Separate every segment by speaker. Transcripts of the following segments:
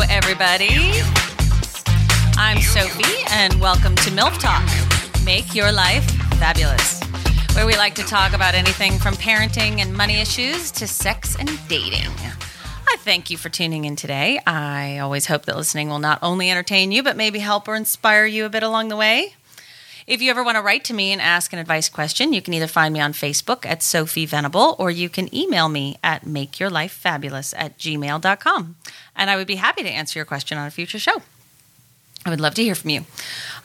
Speaker 1: everybody. I'm Sophie, and welcome to MILF Talk Make Your Life Fabulous, where we like to talk about anything from parenting and money issues to sex and dating. I thank you for tuning in today. I always hope that listening will not only entertain you, but maybe help or inspire you a bit along the way. If you ever want to write to me and ask an advice question, you can either find me on Facebook at Sophie Venable or you can email me at makeyourlifefabulous at gmail.com. And I would be happy to answer your question on a future show. I would love to hear from you.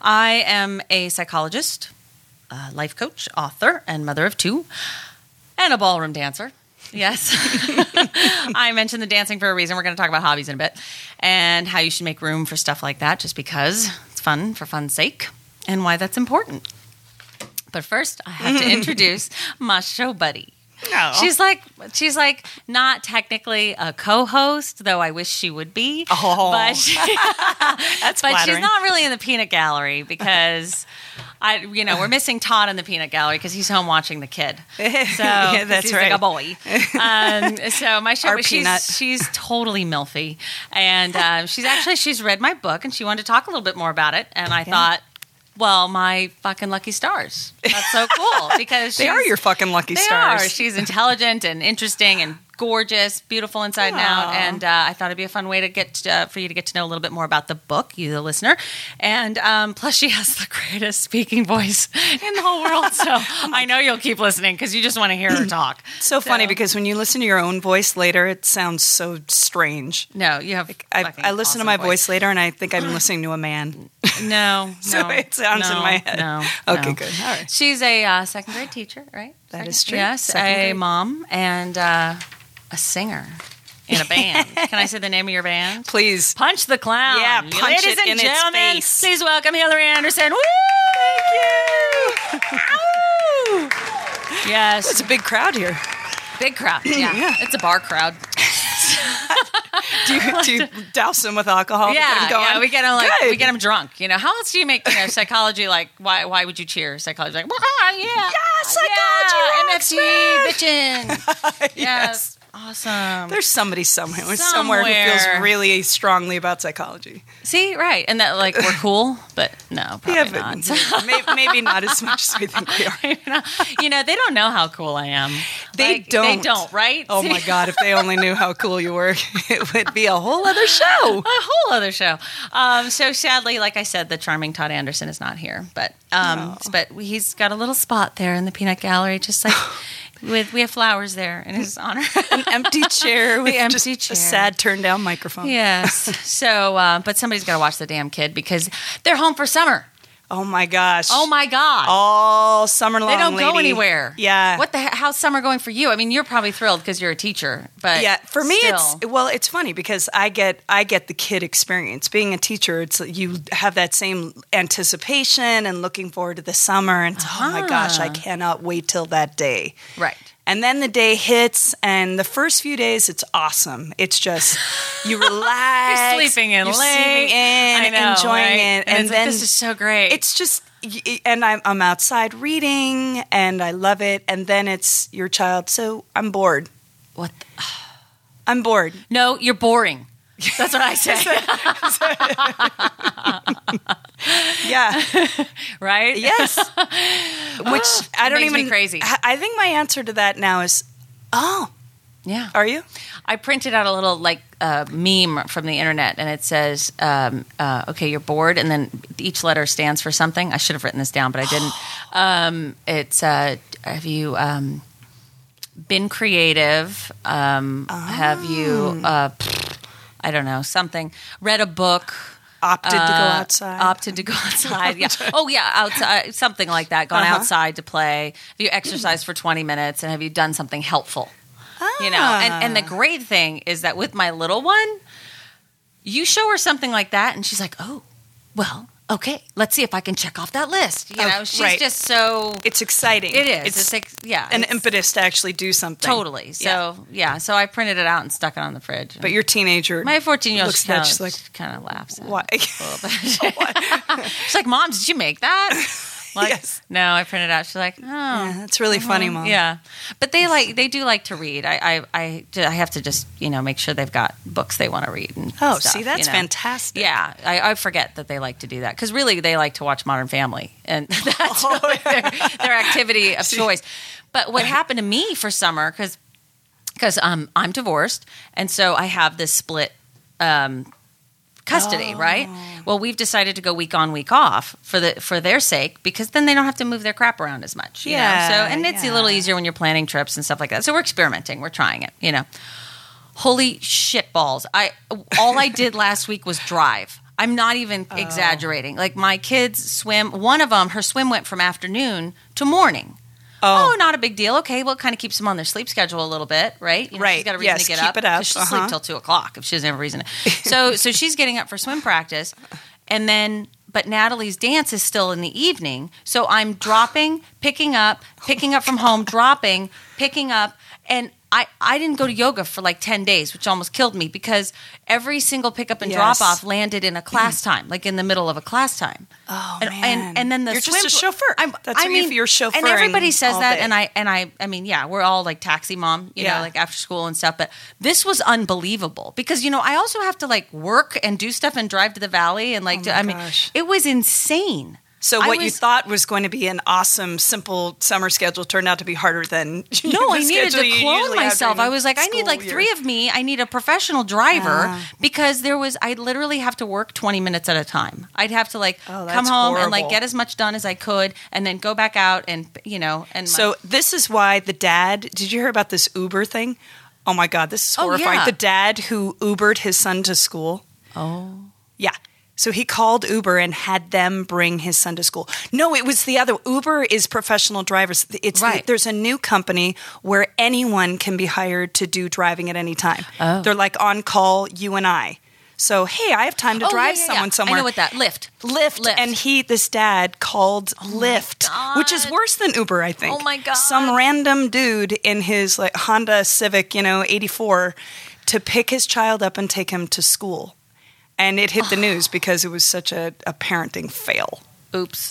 Speaker 1: I am a psychologist, a life coach, author, and mother of two, and a ballroom dancer. Yes. I mentioned the dancing for a reason. We're going to talk about hobbies in a bit and how you should make room for stuff like that just because it's fun for fun's sake and why that's important. But first, I have to introduce my show buddy.
Speaker 2: No.
Speaker 1: She's like she's like not technically a co-host, though I wish she would be.
Speaker 2: Oh.
Speaker 1: but she-
Speaker 2: that's
Speaker 1: but she's
Speaker 2: flattering.
Speaker 1: not really in the peanut gallery because I, you know, we're missing Todd in the peanut gallery because he's home watching the kid. So
Speaker 2: Yeah,
Speaker 1: 'cause
Speaker 2: that's
Speaker 1: he's Like
Speaker 2: right.
Speaker 1: a boy. Um, so my show,
Speaker 2: Our
Speaker 1: but
Speaker 2: peanut.
Speaker 1: she's she's totally milfy, and um, she's actually she's read my book and she wanted to talk a little bit more about it, and I thought. Well, my fucking lucky stars. That's so cool because
Speaker 2: They are
Speaker 1: she's-
Speaker 2: your fucking lucky
Speaker 1: they
Speaker 2: stars.
Speaker 1: are. She's intelligent and interesting and gorgeous, beautiful inside and out.
Speaker 2: Aw.
Speaker 1: And uh, I thought it'd be a fun way to get uh, for you to get to know a little bit more about the book, you the listener. And um, plus, she has the greatest speaking voice in the whole world. So I know you'll keep listening because you just want to hear her talk.
Speaker 2: so funny because when you listen to your own voice later, it sounds so strange.
Speaker 1: No, you have.
Speaker 2: I,
Speaker 1: fucking
Speaker 2: I listen to
Speaker 1: awesome
Speaker 2: my voice. later, and I think I'm listening to a man.
Speaker 1: No,
Speaker 2: So
Speaker 1: no,
Speaker 2: it sounds in
Speaker 1: no,
Speaker 2: my head.
Speaker 1: No,
Speaker 2: Okay,
Speaker 1: no.
Speaker 2: good. All right.
Speaker 1: She's a uh, second grade teacher, right?
Speaker 2: That
Speaker 1: Second-
Speaker 2: is true.
Speaker 1: Yes,
Speaker 2: Second
Speaker 1: a
Speaker 2: grade.
Speaker 1: mom and uh, a singer in a band. Can I say the name of your band?
Speaker 2: Please.
Speaker 1: Punch the clown.
Speaker 2: Yeah, punch
Speaker 1: Ladies
Speaker 2: it
Speaker 1: and
Speaker 2: in its
Speaker 1: gentlemen,
Speaker 2: face.
Speaker 1: please welcome Hillary Anderson. Woo! Thank you.
Speaker 2: It's
Speaker 1: Yes,
Speaker 2: a big crowd here.
Speaker 1: big crowd. Yeah.
Speaker 2: Yeah.
Speaker 1: it's a bar crowd.
Speaker 2: Do you, do you douse them with alcohol? to get 'em
Speaker 1: Yeah,
Speaker 2: going?
Speaker 1: yeah, we get them like
Speaker 2: Good.
Speaker 1: we get them drunk. You know, how else do you make you know psychology like why why would you cheer psychology like well, ah, yeah
Speaker 2: Yeah, psychology rocks,
Speaker 1: yeah, MFT bitchin yes.
Speaker 2: Yes.
Speaker 1: awesome
Speaker 2: There's somebody somewhere, somewhere who
Speaker 1: Somewhere.
Speaker 2: feels really strongly about psychology.
Speaker 1: see right and that like we're cool but no probably
Speaker 2: but
Speaker 1: not.
Speaker 2: may- maybe not as much as we think we are.
Speaker 1: you know they don't know how cool I am
Speaker 2: They
Speaker 1: Like, they
Speaker 2: don't.
Speaker 1: don't right
Speaker 2: Oh
Speaker 1: See?
Speaker 2: my God, if they only knew how cool you were, it would be a whole other show.
Speaker 1: a whole other show. Um, so sadly, like I said, the charming Todd Anderson is not here, but um,
Speaker 2: Oh.
Speaker 1: but he's got a little spot there in the peanut gallery, just like with we have flowers there in his honor.
Speaker 2: An empty chair with
Speaker 1: empty
Speaker 2: just
Speaker 1: chair.
Speaker 2: a sad turned down microphone.
Speaker 1: yes. So, uh, but somebody's got to watch the damn kid because they're home for summer.
Speaker 2: Oh my gosh.
Speaker 1: Oh my god.
Speaker 2: All summer long.
Speaker 1: they don't go
Speaker 2: lady.
Speaker 1: anywhere.
Speaker 2: Yeah.
Speaker 1: What the? he- How's summer going for you? I mean, you're probably thrilled because you're a teacher, but
Speaker 2: Yeah, for me
Speaker 1: still.
Speaker 2: it's well, it's funny because I get I get the kid experience. Being a teacher, it's you have that same anticipation and looking forward to the summer and it's, oh my gosh,
Speaker 1: Uh-huh.
Speaker 2: I cannot wait till that day.
Speaker 1: right.
Speaker 2: And then the day hits, and the first few days it's awesome. It's just you relax,
Speaker 1: You're sleeping in
Speaker 2: you're
Speaker 1: late,
Speaker 2: sleeping in,
Speaker 1: I know,
Speaker 2: enjoying
Speaker 1: right?
Speaker 2: it,
Speaker 1: And, it's like,
Speaker 2: then
Speaker 1: this is so great.
Speaker 2: it's just y- y- and I'm, I'm outside reading and i love it and then it's your child so i'm bored
Speaker 1: what? the-
Speaker 2: i'm bored
Speaker 1: No, you're boring. That's what I say.
Speaker 2: yeah
Speaker 1: right?
Speaker 2: yes which i don't
Speaker 1: makes me
Speaker 2: even
Speaker 1: crazy.
Speaker 2: I I think my answer to that now is oh
Speaker 1: Yeah.
Speaker 2: are you
Speaker 1: I printed out a little like uh, meme from the internet, and it says, um, uh, "Okay, you're bored," and then each letter stands for something. I should have written this down, but I didn't. um, it's uh, have you um, been creative? Um, Have you? Uh, I don't know something. Read a book.
Speaker 2: opted to go
Speaker 1: uh,
Speaker 2: outside
Speaker 1: Opted to go outside. Yeah. Oh yeah, outside. Something like that. Gone
Speaker 2: Uh-huh.
Speaker 1: outside to play. Have you exercised for twenty minutes? And have you done something helpful? You know. And and the
Speaker 2: Ah.
Speaker 1: great thing is that with my little one, you show her something like that, and she's like, oh, well. Okay, let's see if I can check off that list. You
Speaker 2: Oh,
Speaker 1: know, she's
Speaker 2: right.
Speaker 1: just so
Speaker 2: Ah. it's exciting
Speaker 1: it is. It's,
Speaker 2: it's,
Speaker 1: like yeah,
Speaker 2: an
Speaker 1: it's
Speaker 2: impetus to actually do something
Speaker 1: totally. So
Speaker 2: Yeah.
Speaker 1: yeah. so I printed it out and stuck it on the fridge.
Speaker 2: but your teenager
Speaker 1: my fourteen year old
Speaker 2: looks at
Speaker 1: kind of
Speaker 2: that, she's like
Speaker 1: kind of laughs. At it.
Speaker 2: why
Speaker 1: She's like, Mom, did you make that? Like,
Speaker 2: Yes.
Speaker 1: No, I printed out. She's like, oh,
Speaker 2: Yeah, that's really funny, mom.
Speaker 1: yeah, but they like they do like to read. I I I, I have to just you know make sure they've got books they want to read and
Speaker 2: Oh,
Speaker 1: stuff,
Speaker 2: see, that's
Speaker 1: you know.
Speaker 2: fantastic.
Speaker 1: Yeah, I, I forget that they like to do that because really they like to watch Modern Family and that's
Speaker 2: Oh.
Speaker 1: really their, their activity of choice. But what happened to me for summer because because um, I'm divorced and so I have this split um, custody,
Speaker 2: Oh.
Speaker 1: right? Well, we've decided to go week on, week off for the for their sake because then they don't have to move their crap around as much. You
Speaker 2: Yeah,
Speaker 1: Know? So and it's a
Speaker 2: yeah.
Speaker 1: little easier when you're planning trips and stuff like that. So we're experimenting, we're trying it, you know. Holy shit balls. I all I did last week was drive. I'm not even
Speaker 2: Oh.
Speaker 1: exaggerating. Like my kids swim, one of them her swim went from afternoon to morning. Oh, not a big deal. Okay, well, it kind of keeps them on their sleep schedule a little bit, right? You know, She's
Speaker 2: Right.
Speaker 1: got a reason
Speaker 2: Yes,
Speaker 1: to get
Speaker 2: keep
Speaker 1: up.
Speaker 2: it up.
Speaker 1: 'cause She'll
Speaker 2: Uh-huh.
Speaker 1: sleep till two o'clock if she doesn't have a reason. To. So, so she's getting up for swim practice, and then, but Natalie's dance is still in the evening. So I'm dropping, picking up, picking up from home, dropping, picking up, and. I, I didn't go to yoga for like 10 days, which almost killed me because every single pickup and
Speaker 2: Yes.
Speaker 1: drop off landed in a class time, like in the middle of a class time.
Speaker 2: Oh,
Speaker 1: and,
Speaker 2: man.
Speaker 1: And, and then the
Speaker 2: You're just
Speaker 1: swim
Speaker 2: a
Speaker 1: pl-
Speaker 2: chauffeur.
Speaker 1: I'm,
Speaker 2: That's
Speaker 1: I
Speaker 2: what you-
Speaker 1: mean,
Speaker 2: you're
Speaker 1: And
Speaker 2: chauffeuring
Speaker 1: everybody says
Speaker 2: all
Speaker 1: that,
Speaker 2: day.
Speaker 1: and I and I I mean, yeah, we're all like taxi mom, you
Speaker 2: Yeah.
Speaker 1: know, like after school and stuff. But this was unbelievable because you know I also have to like work and do stuff and drive to the valley and like
Speaker 2: Oh
Speaker 1: do,
Speaker 2: my
Speaker 1: I mean,
Speaker 2: gosh.
Speaker 1: it was insane.
Speaker 2: So
Speaker 1: I
Speaker 2: what you
Speaker 1: was-
Speaker 2: thought was going to be an awesome, simple summer schedule turned out to be harder than
Speaker 1: No,
Speaker 2: the
Speaker 1: I needed
Speaker 2: schedule
Speaker 1: to
Speaker 2: you
Speaker 1: clone
Speaker 2: usually have
Speaker 1: myself.
Speaker 2: during
Speaker 1: I was like, I need
Speaker 2: school
Speaker 1: like
Speaker 2: year.
Speaker 1: three of me. I need a professional driver
Speaker 2: Yeah.
Speaker 1: because there was, I literally have to work 20 minutes at a time. I'd have to like
Speaker 2: Oh, that's
Speaker 1: come home and
Speaker 2: horrible.
Speaker 1: like get as much done as I could and then go back out and, you know, and my-
Speaker 2: So this is why the dad. Did you hear about this Uber thing? Oh my God, this is
Speaker 1: Oh,
Speaker 2: horrifying.
Speaker 1: yeah.
Speaker 2: The dad who Ubered his son to school.
Speaker 1: oh,
Speaker 2: Yeah. So he called Uber and had them bring his son to school. No, it was the other. Uber is professional drivers. It's
Speaker 1: Right.
Speaker 2: there's a new company where anyone can be hired to do driving at any time.
Speaker 1: Oh.
Speaker 2: They're like on call you and I. So hey, I have time to
Speaker 1: Oh, yeah,
Speaker 2: drive
Speaker 1: yeah, yeah.
Speaker 2: someone somewhere.
Speaker 1: I know what that Lyft.
Speaker 2: Lyft,
Speaker 1: Lyft.
Speaker 2: and he, this dad, called Lyft, which is
Speaker 1: Oh God.
Speaker 2: worse than Uber, I think.
Speaker 1: Oh, my God.
Speaker 2: Some random dude in his like Honda Civic, you know, eighty four, to pick his child up and take him to school, and it hit the news because it was such a, a parenting fail.
Speaker 1: Oops.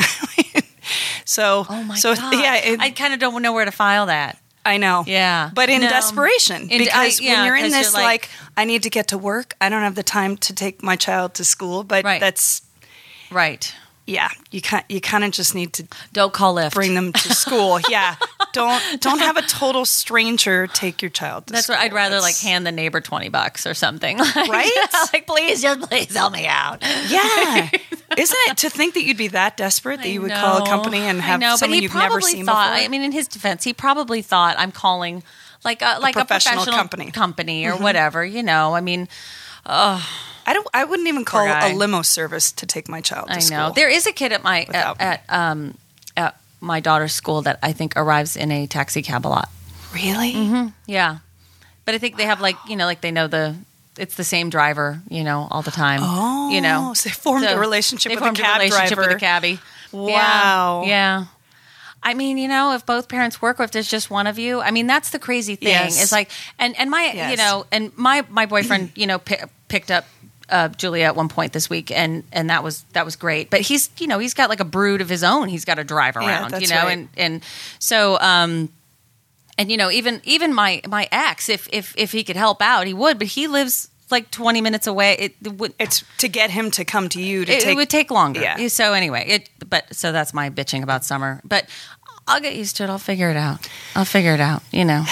Speaker 2: So,
Speaker 1: Oh my
Speaker 2: so
Speaker 1: god!
Speaker 2: yeah, it,
Speaker 1: I
Speaker 2: I,
Speaker 1: kind of don't know where to file that.
Speaker 2: know,
Speaker 1: Yeah.
Speaker 2: but in
Speaker 1: No.
Speaker 2: desperation
Speaker 1: In-
Speaker 2: because
Speaker 1: I- yeah,
Speaker 2: when you're in
Speaker 1: 'cause
Speaker 2: this
Speaker 1: you're
Speaker 2: like,
Speaker 1: like-
Speaker 2: I need to get to work, I don't have the time to take my child to school, but
Speaker 1: Right.
Speaker 2: that's
Speaker 1: Right.
Speaker 2: yeah, you can you kind of just need to
Speaker 1: Don't call Lyft.
Speaker 2: bring them to school. Yeah, don't don't have a total stranger take your child. To
Speaker 1: That's
Speaker 2: school.
Speaker 1: what I'd rather like
Speaker 2: That's-
Speaker 1: hand the neighbor twenty bucks or something. Like,
Speaker 2: Right?
Speaker 1: like please, just please help me out.
Speaker 2: Yeah, isn't it to think that you'd be that desperate that you would call a company and
Speaker 1: I
Speaker 2: have
Speaker 1: know,
Speaker 2: someone
Speaker 1: but he
Speaker 2: you've
Speaker 1: probably
Speaker 2: never seen
Speaker 1: thought,
Speaker 2: before?
Speaker 1: I mean, in his defense, he probably thought I'm calling like a, like
Speaker 2: professional
Speaker 1: a professional
Speaker 2: company. Mm-hmm.
Speaker 1: company or whatever. You know, I mean,
Speaker 2: I don't. I wouldn't even call
Speaker 1: guy.
Speaker 2: a limo service to take my child. To
Speaker 1: I know
Speaker 2: School.
Speaker 1: there is a kid at my
Speaker 2: Without-
Speaker 1: at, at um at my daughter's school that I think arrives in a taxi cab a lot.
Speaker 2: really.
Speaker 1: Mm-hmm. Yeah. But I think they have like, you know, like they know the it's the same driver, you know, all the time.
Speaker 2: Oh,
Speaker 1: you know.
Speaker 2: so they formed a relationship
Speaker 1: they
Speaker 2: with a
Speaker 1: formed
Speaker 2: cab
Speaker 1: relationship
Speaker 2: driver.
Speaker 1: with a cabbie. Yeah.
Speaker 2: Wow.
Speaker 1: Yeah. I mean, you know, if both parents work or if there's just one of you, I mean, that's the crazy thing.
Speaker 2: Yes.
Speaker 1: Is like and and my, you
Speaker 2: Yes.
Speaker 1: know, and my my boyfriend, you know, pi picked up uh, Julia at one point this week, and and that was that was great. But he's you know he's got like a brood of his own. He's got to drive around, you
Speaker 2: that's
Speaker 1: know,
Speaker 2: right.
Speaker 1: and and so um, and you know even even my my ex if if if he could help out he would but he lives like 20 minutes away it, it would
Speaker 2: It's to get him to come to you to
Speaker 1: it,
Speaker 2: take.
Speaker 1: would take longer
Speaker 2: Yeah.
Speaker 1: so anyway it but so that's my bitching about summer but i'll get used to it i'll figure it out i'll figure it out you know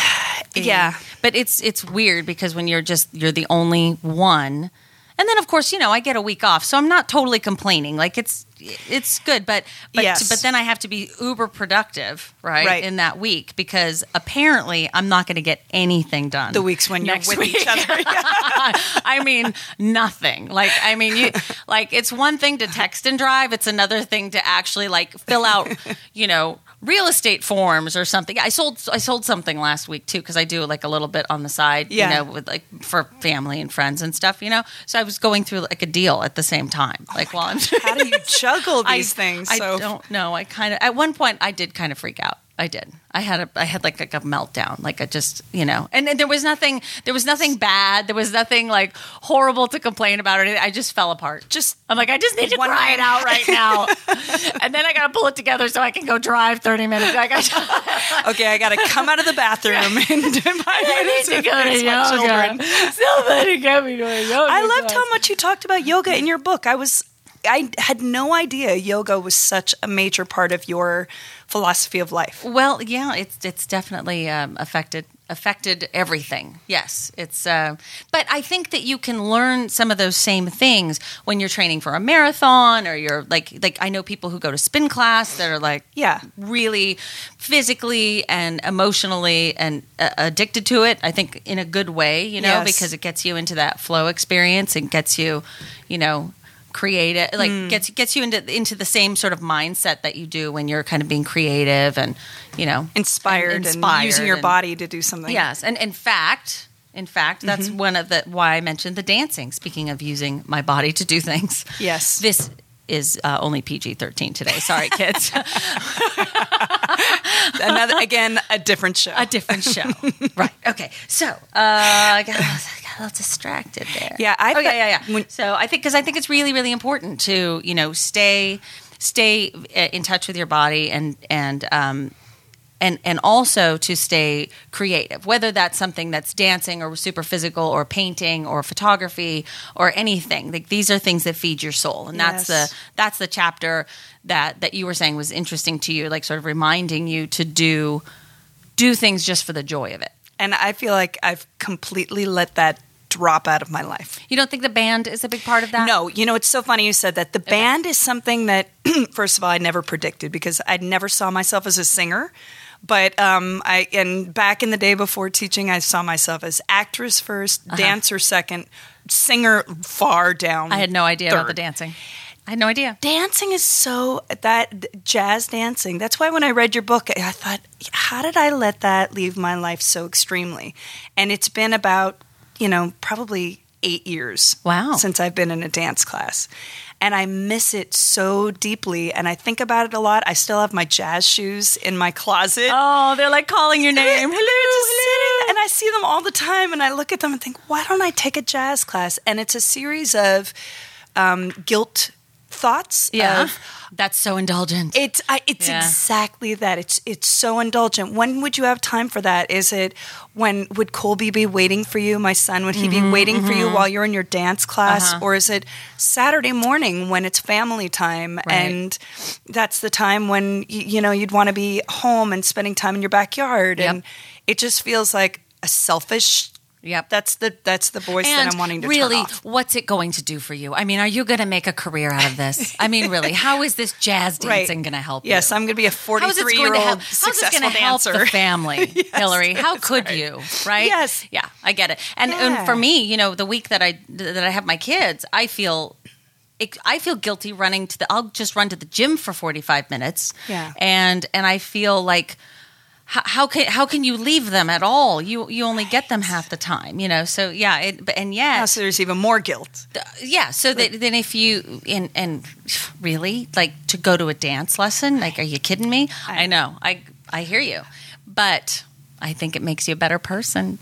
Speaker 2: Yeah.
Speaker 1: but it's it's weird because when you're just you're the only one and then of course you know i get a week off so i'm not totally complaining like it's it's good but but
Speaker 2: Yes.
Speaker 1: but then i have to be uber productive right,
Speaker 2: Right.
Speaker 1: in that week because apparently i'm not going to get anything done
Speaker 2: The weeks when you're
Speaker 1: next
Speaker 2: with
Speaker 1: week.
Speaker 2: each other.
Speaker 1: I mean, nothing. Like, I mean, you, like it's one thing to text and drive; it's another thing to actually like fill out, you know, real estate forms or something. I sold I sold something last week too because I do like a little bit on the side,
Speaker 2: Yeah.
Speaker 1: you know, with like for family and friends and stuff, you know. So I was going through like a deal at the same time, like while I'm.
Speaker 2: How do you juggle
Speaker 1: I-
Speaker 2: these things?
Speaker 1: I
Speaker 2: so
Speaker 1: don't know. I kind of at one point I did kind of freak out. I did. I had a I had like, like a meltdown. Like I just you know, and, and there was nothing there was nothing bad. There was nothing like horrible to complain about or anything. I just fell apart.
Speaker 2: Just
Speaker 1: I'm like I just need to
Speaker 2: one-
Speaker 1: cry it out right now, and then I gotta pull it together so I can go drive 30 minutes. Like I,
Speaker 2: okay, I got to come out of the bathroom and do my,
Speaker 1: I need to go to yoga. Somebody get me to a yoga.
Speaker 2: I loved
Speaker 1: class.
Speaker 2: how much you talked about yoga in your book. I was I had no idea yoga was such a major part of your philosophy of life.
Speaker 1: Well, yeah, it's it's definitely um, affected affected everything. Yes, it's. Uh, but I think that you can learn some of those same things when you're training for a marathon or you're like like I know people who go to spin class that are like
Speaker 2: Yeah.
Speaker 1: really physically and emotionally and uh, addicted to it. I think in a good way, you know,
Speaker 2: Yes.
Speaker 1: because it gets you into that flow experience and gets you, you know. Creative, like
Speaker 2: Mm.
Speaker 1: gets gets you into into the same sort of mindset that you do when you're kind of being creative and you know
Speaker 2: Inspired and,
Speaker 1: inspired
Speaker 2: using your
Speaker 1: and-
Speaker 2: body to do something.
Speaker 1: Yes, and in fact, in fact, that's
Speaker 2: Mm-hmm.
Speaker 1: one of the why I mentioned the dancing. Speaking of using my body to do things,
Speaker 2: Yes.
Speaker 1: this is uh, only PG thirteen today. Sorry, kids,
Speaker 2: Another again, a different show.
Speaker 1: a different show. right? Okay, so uh, I got, I got a little distracted there.
Speaker 2: Yeah, I
Speaker 1: oh, yeah,
Speaker 2: thought-
Speaker 1: yeah, yeah.
Speaker 2: when-
Speaker 1: so I think because I think it's really, really important to you know stay stay uh, in touch with your body and and um, and and also to stay creative whether that's something that's dancing or super physical or painting or photography or anything like these are things that feed your soul and that's
Speaker 2: Yes.
Speaker 1: the that's the chapter that that you were saying was interesting to you like sort of reminding you to do do things just for the joy of it
Speaker 2: and I feel like I've completely let that drop out of my life.
Speaker 1: you don't think the band is a big part of that
Speaker 2: No, you know, it's so funny you said that. The band is something that, first of all, I never predicted because I never saw myself as a singer. But um, I and back in the day before teaching, I saw myself as actress 1st
Speaker 1: Uh-huh.
Speaker 2: dancer second, singer far down.
Speaker 1: i had no idea about the
Speaker 2: third.
Speaker 1: dancing i had no idea
Speaker 2: Dancing is so that jazz dancing. That's why when I read your book, I thought, how did I let that leave my life so extremely? And it's been about, you know, probably eight years
Speaker 1: Wow.
Speaker 2: since I've been in a dance class. And I miss it so deeply. And I think about it a lot. I still have my jazz shoes in my closet.
Speaker 1: oh they're like calling your
Speaker 2: They're-
Speaker 1: name
Speaker 2: they're just sitting- And I see them all the time, and I look at them and think, why don't I take a jazz class? And it's a series of um, guilt thoughts.
Speaker 1: yeah
Speaker 2: of,
Speaker 1: that's so indulgent
Speaker 2: it's I, it's
Speaker 1: Yeah.
Speaker 2: exactly that. It's it's so indulgent. When would you have time for that? Is it when would Colby be waiting for you? My son would he
Speaker 1: Mm-hmm,
Speaker 2: be waiting for you while you're in your dance class,
Speaker 1: Uh-huh.
Speaker 2: or is it Saturday morning when it's family time
Speaker 1: Right.
Speaker 2: and that's the time when you, you know you'd want to be home and spending time in your backyard,
Speaker 1: Yep.
Speaker 2: and it just feels like a selfish.
Speaker 1: Yep.
Speaker 2: that's the that's the voice
Speaker 1: and
Speaker 2: that I'm wanting to turn
Speaker 1: really,
Speaker 2: off.
Speaker 1: what's it going to do for you? I mean, are you going to make a career out of this? I mean, really, how is this jazz dancing going to help
Speaker 2: Yes,
Speaker 1: you?
Speaker 2: I'm going to be a
Speaker 1: How is it
Speaker 2: 43
Speaker 1: going
Speaker 2: year
Speaker 1: to help?
Speaker 2: old
Speaker 1: How's this
Speaker 2: successful
Speaker 1: going to help
Speaker 2: dancer.
Speaker 1: the family, Hillary? How could
Speaker 2: right.
Speaker 1: you? Right?
Speaker 2: Yes.
Speaker 1: Yeah, I get it. And
Speaker 2: Yeah.
Speaker 1: and for me, you know, the week that I that I have my kids, I feel. it- I feel guilty running to the. I'll just run to the gym for forty five minutes.
Speaker 2: Yeah.
Speaker 1: and and I feel like how, how can how can you leave them at all? You you only get them half the time, you know. So yeah, it, but- and yet
Speaker 2: Now, so there's even more guilt.
Speaker 1: yeah so that, then if you and and really like to go to a dance lesson like are you kidding me i, know i i hear you but i think it makes you a better person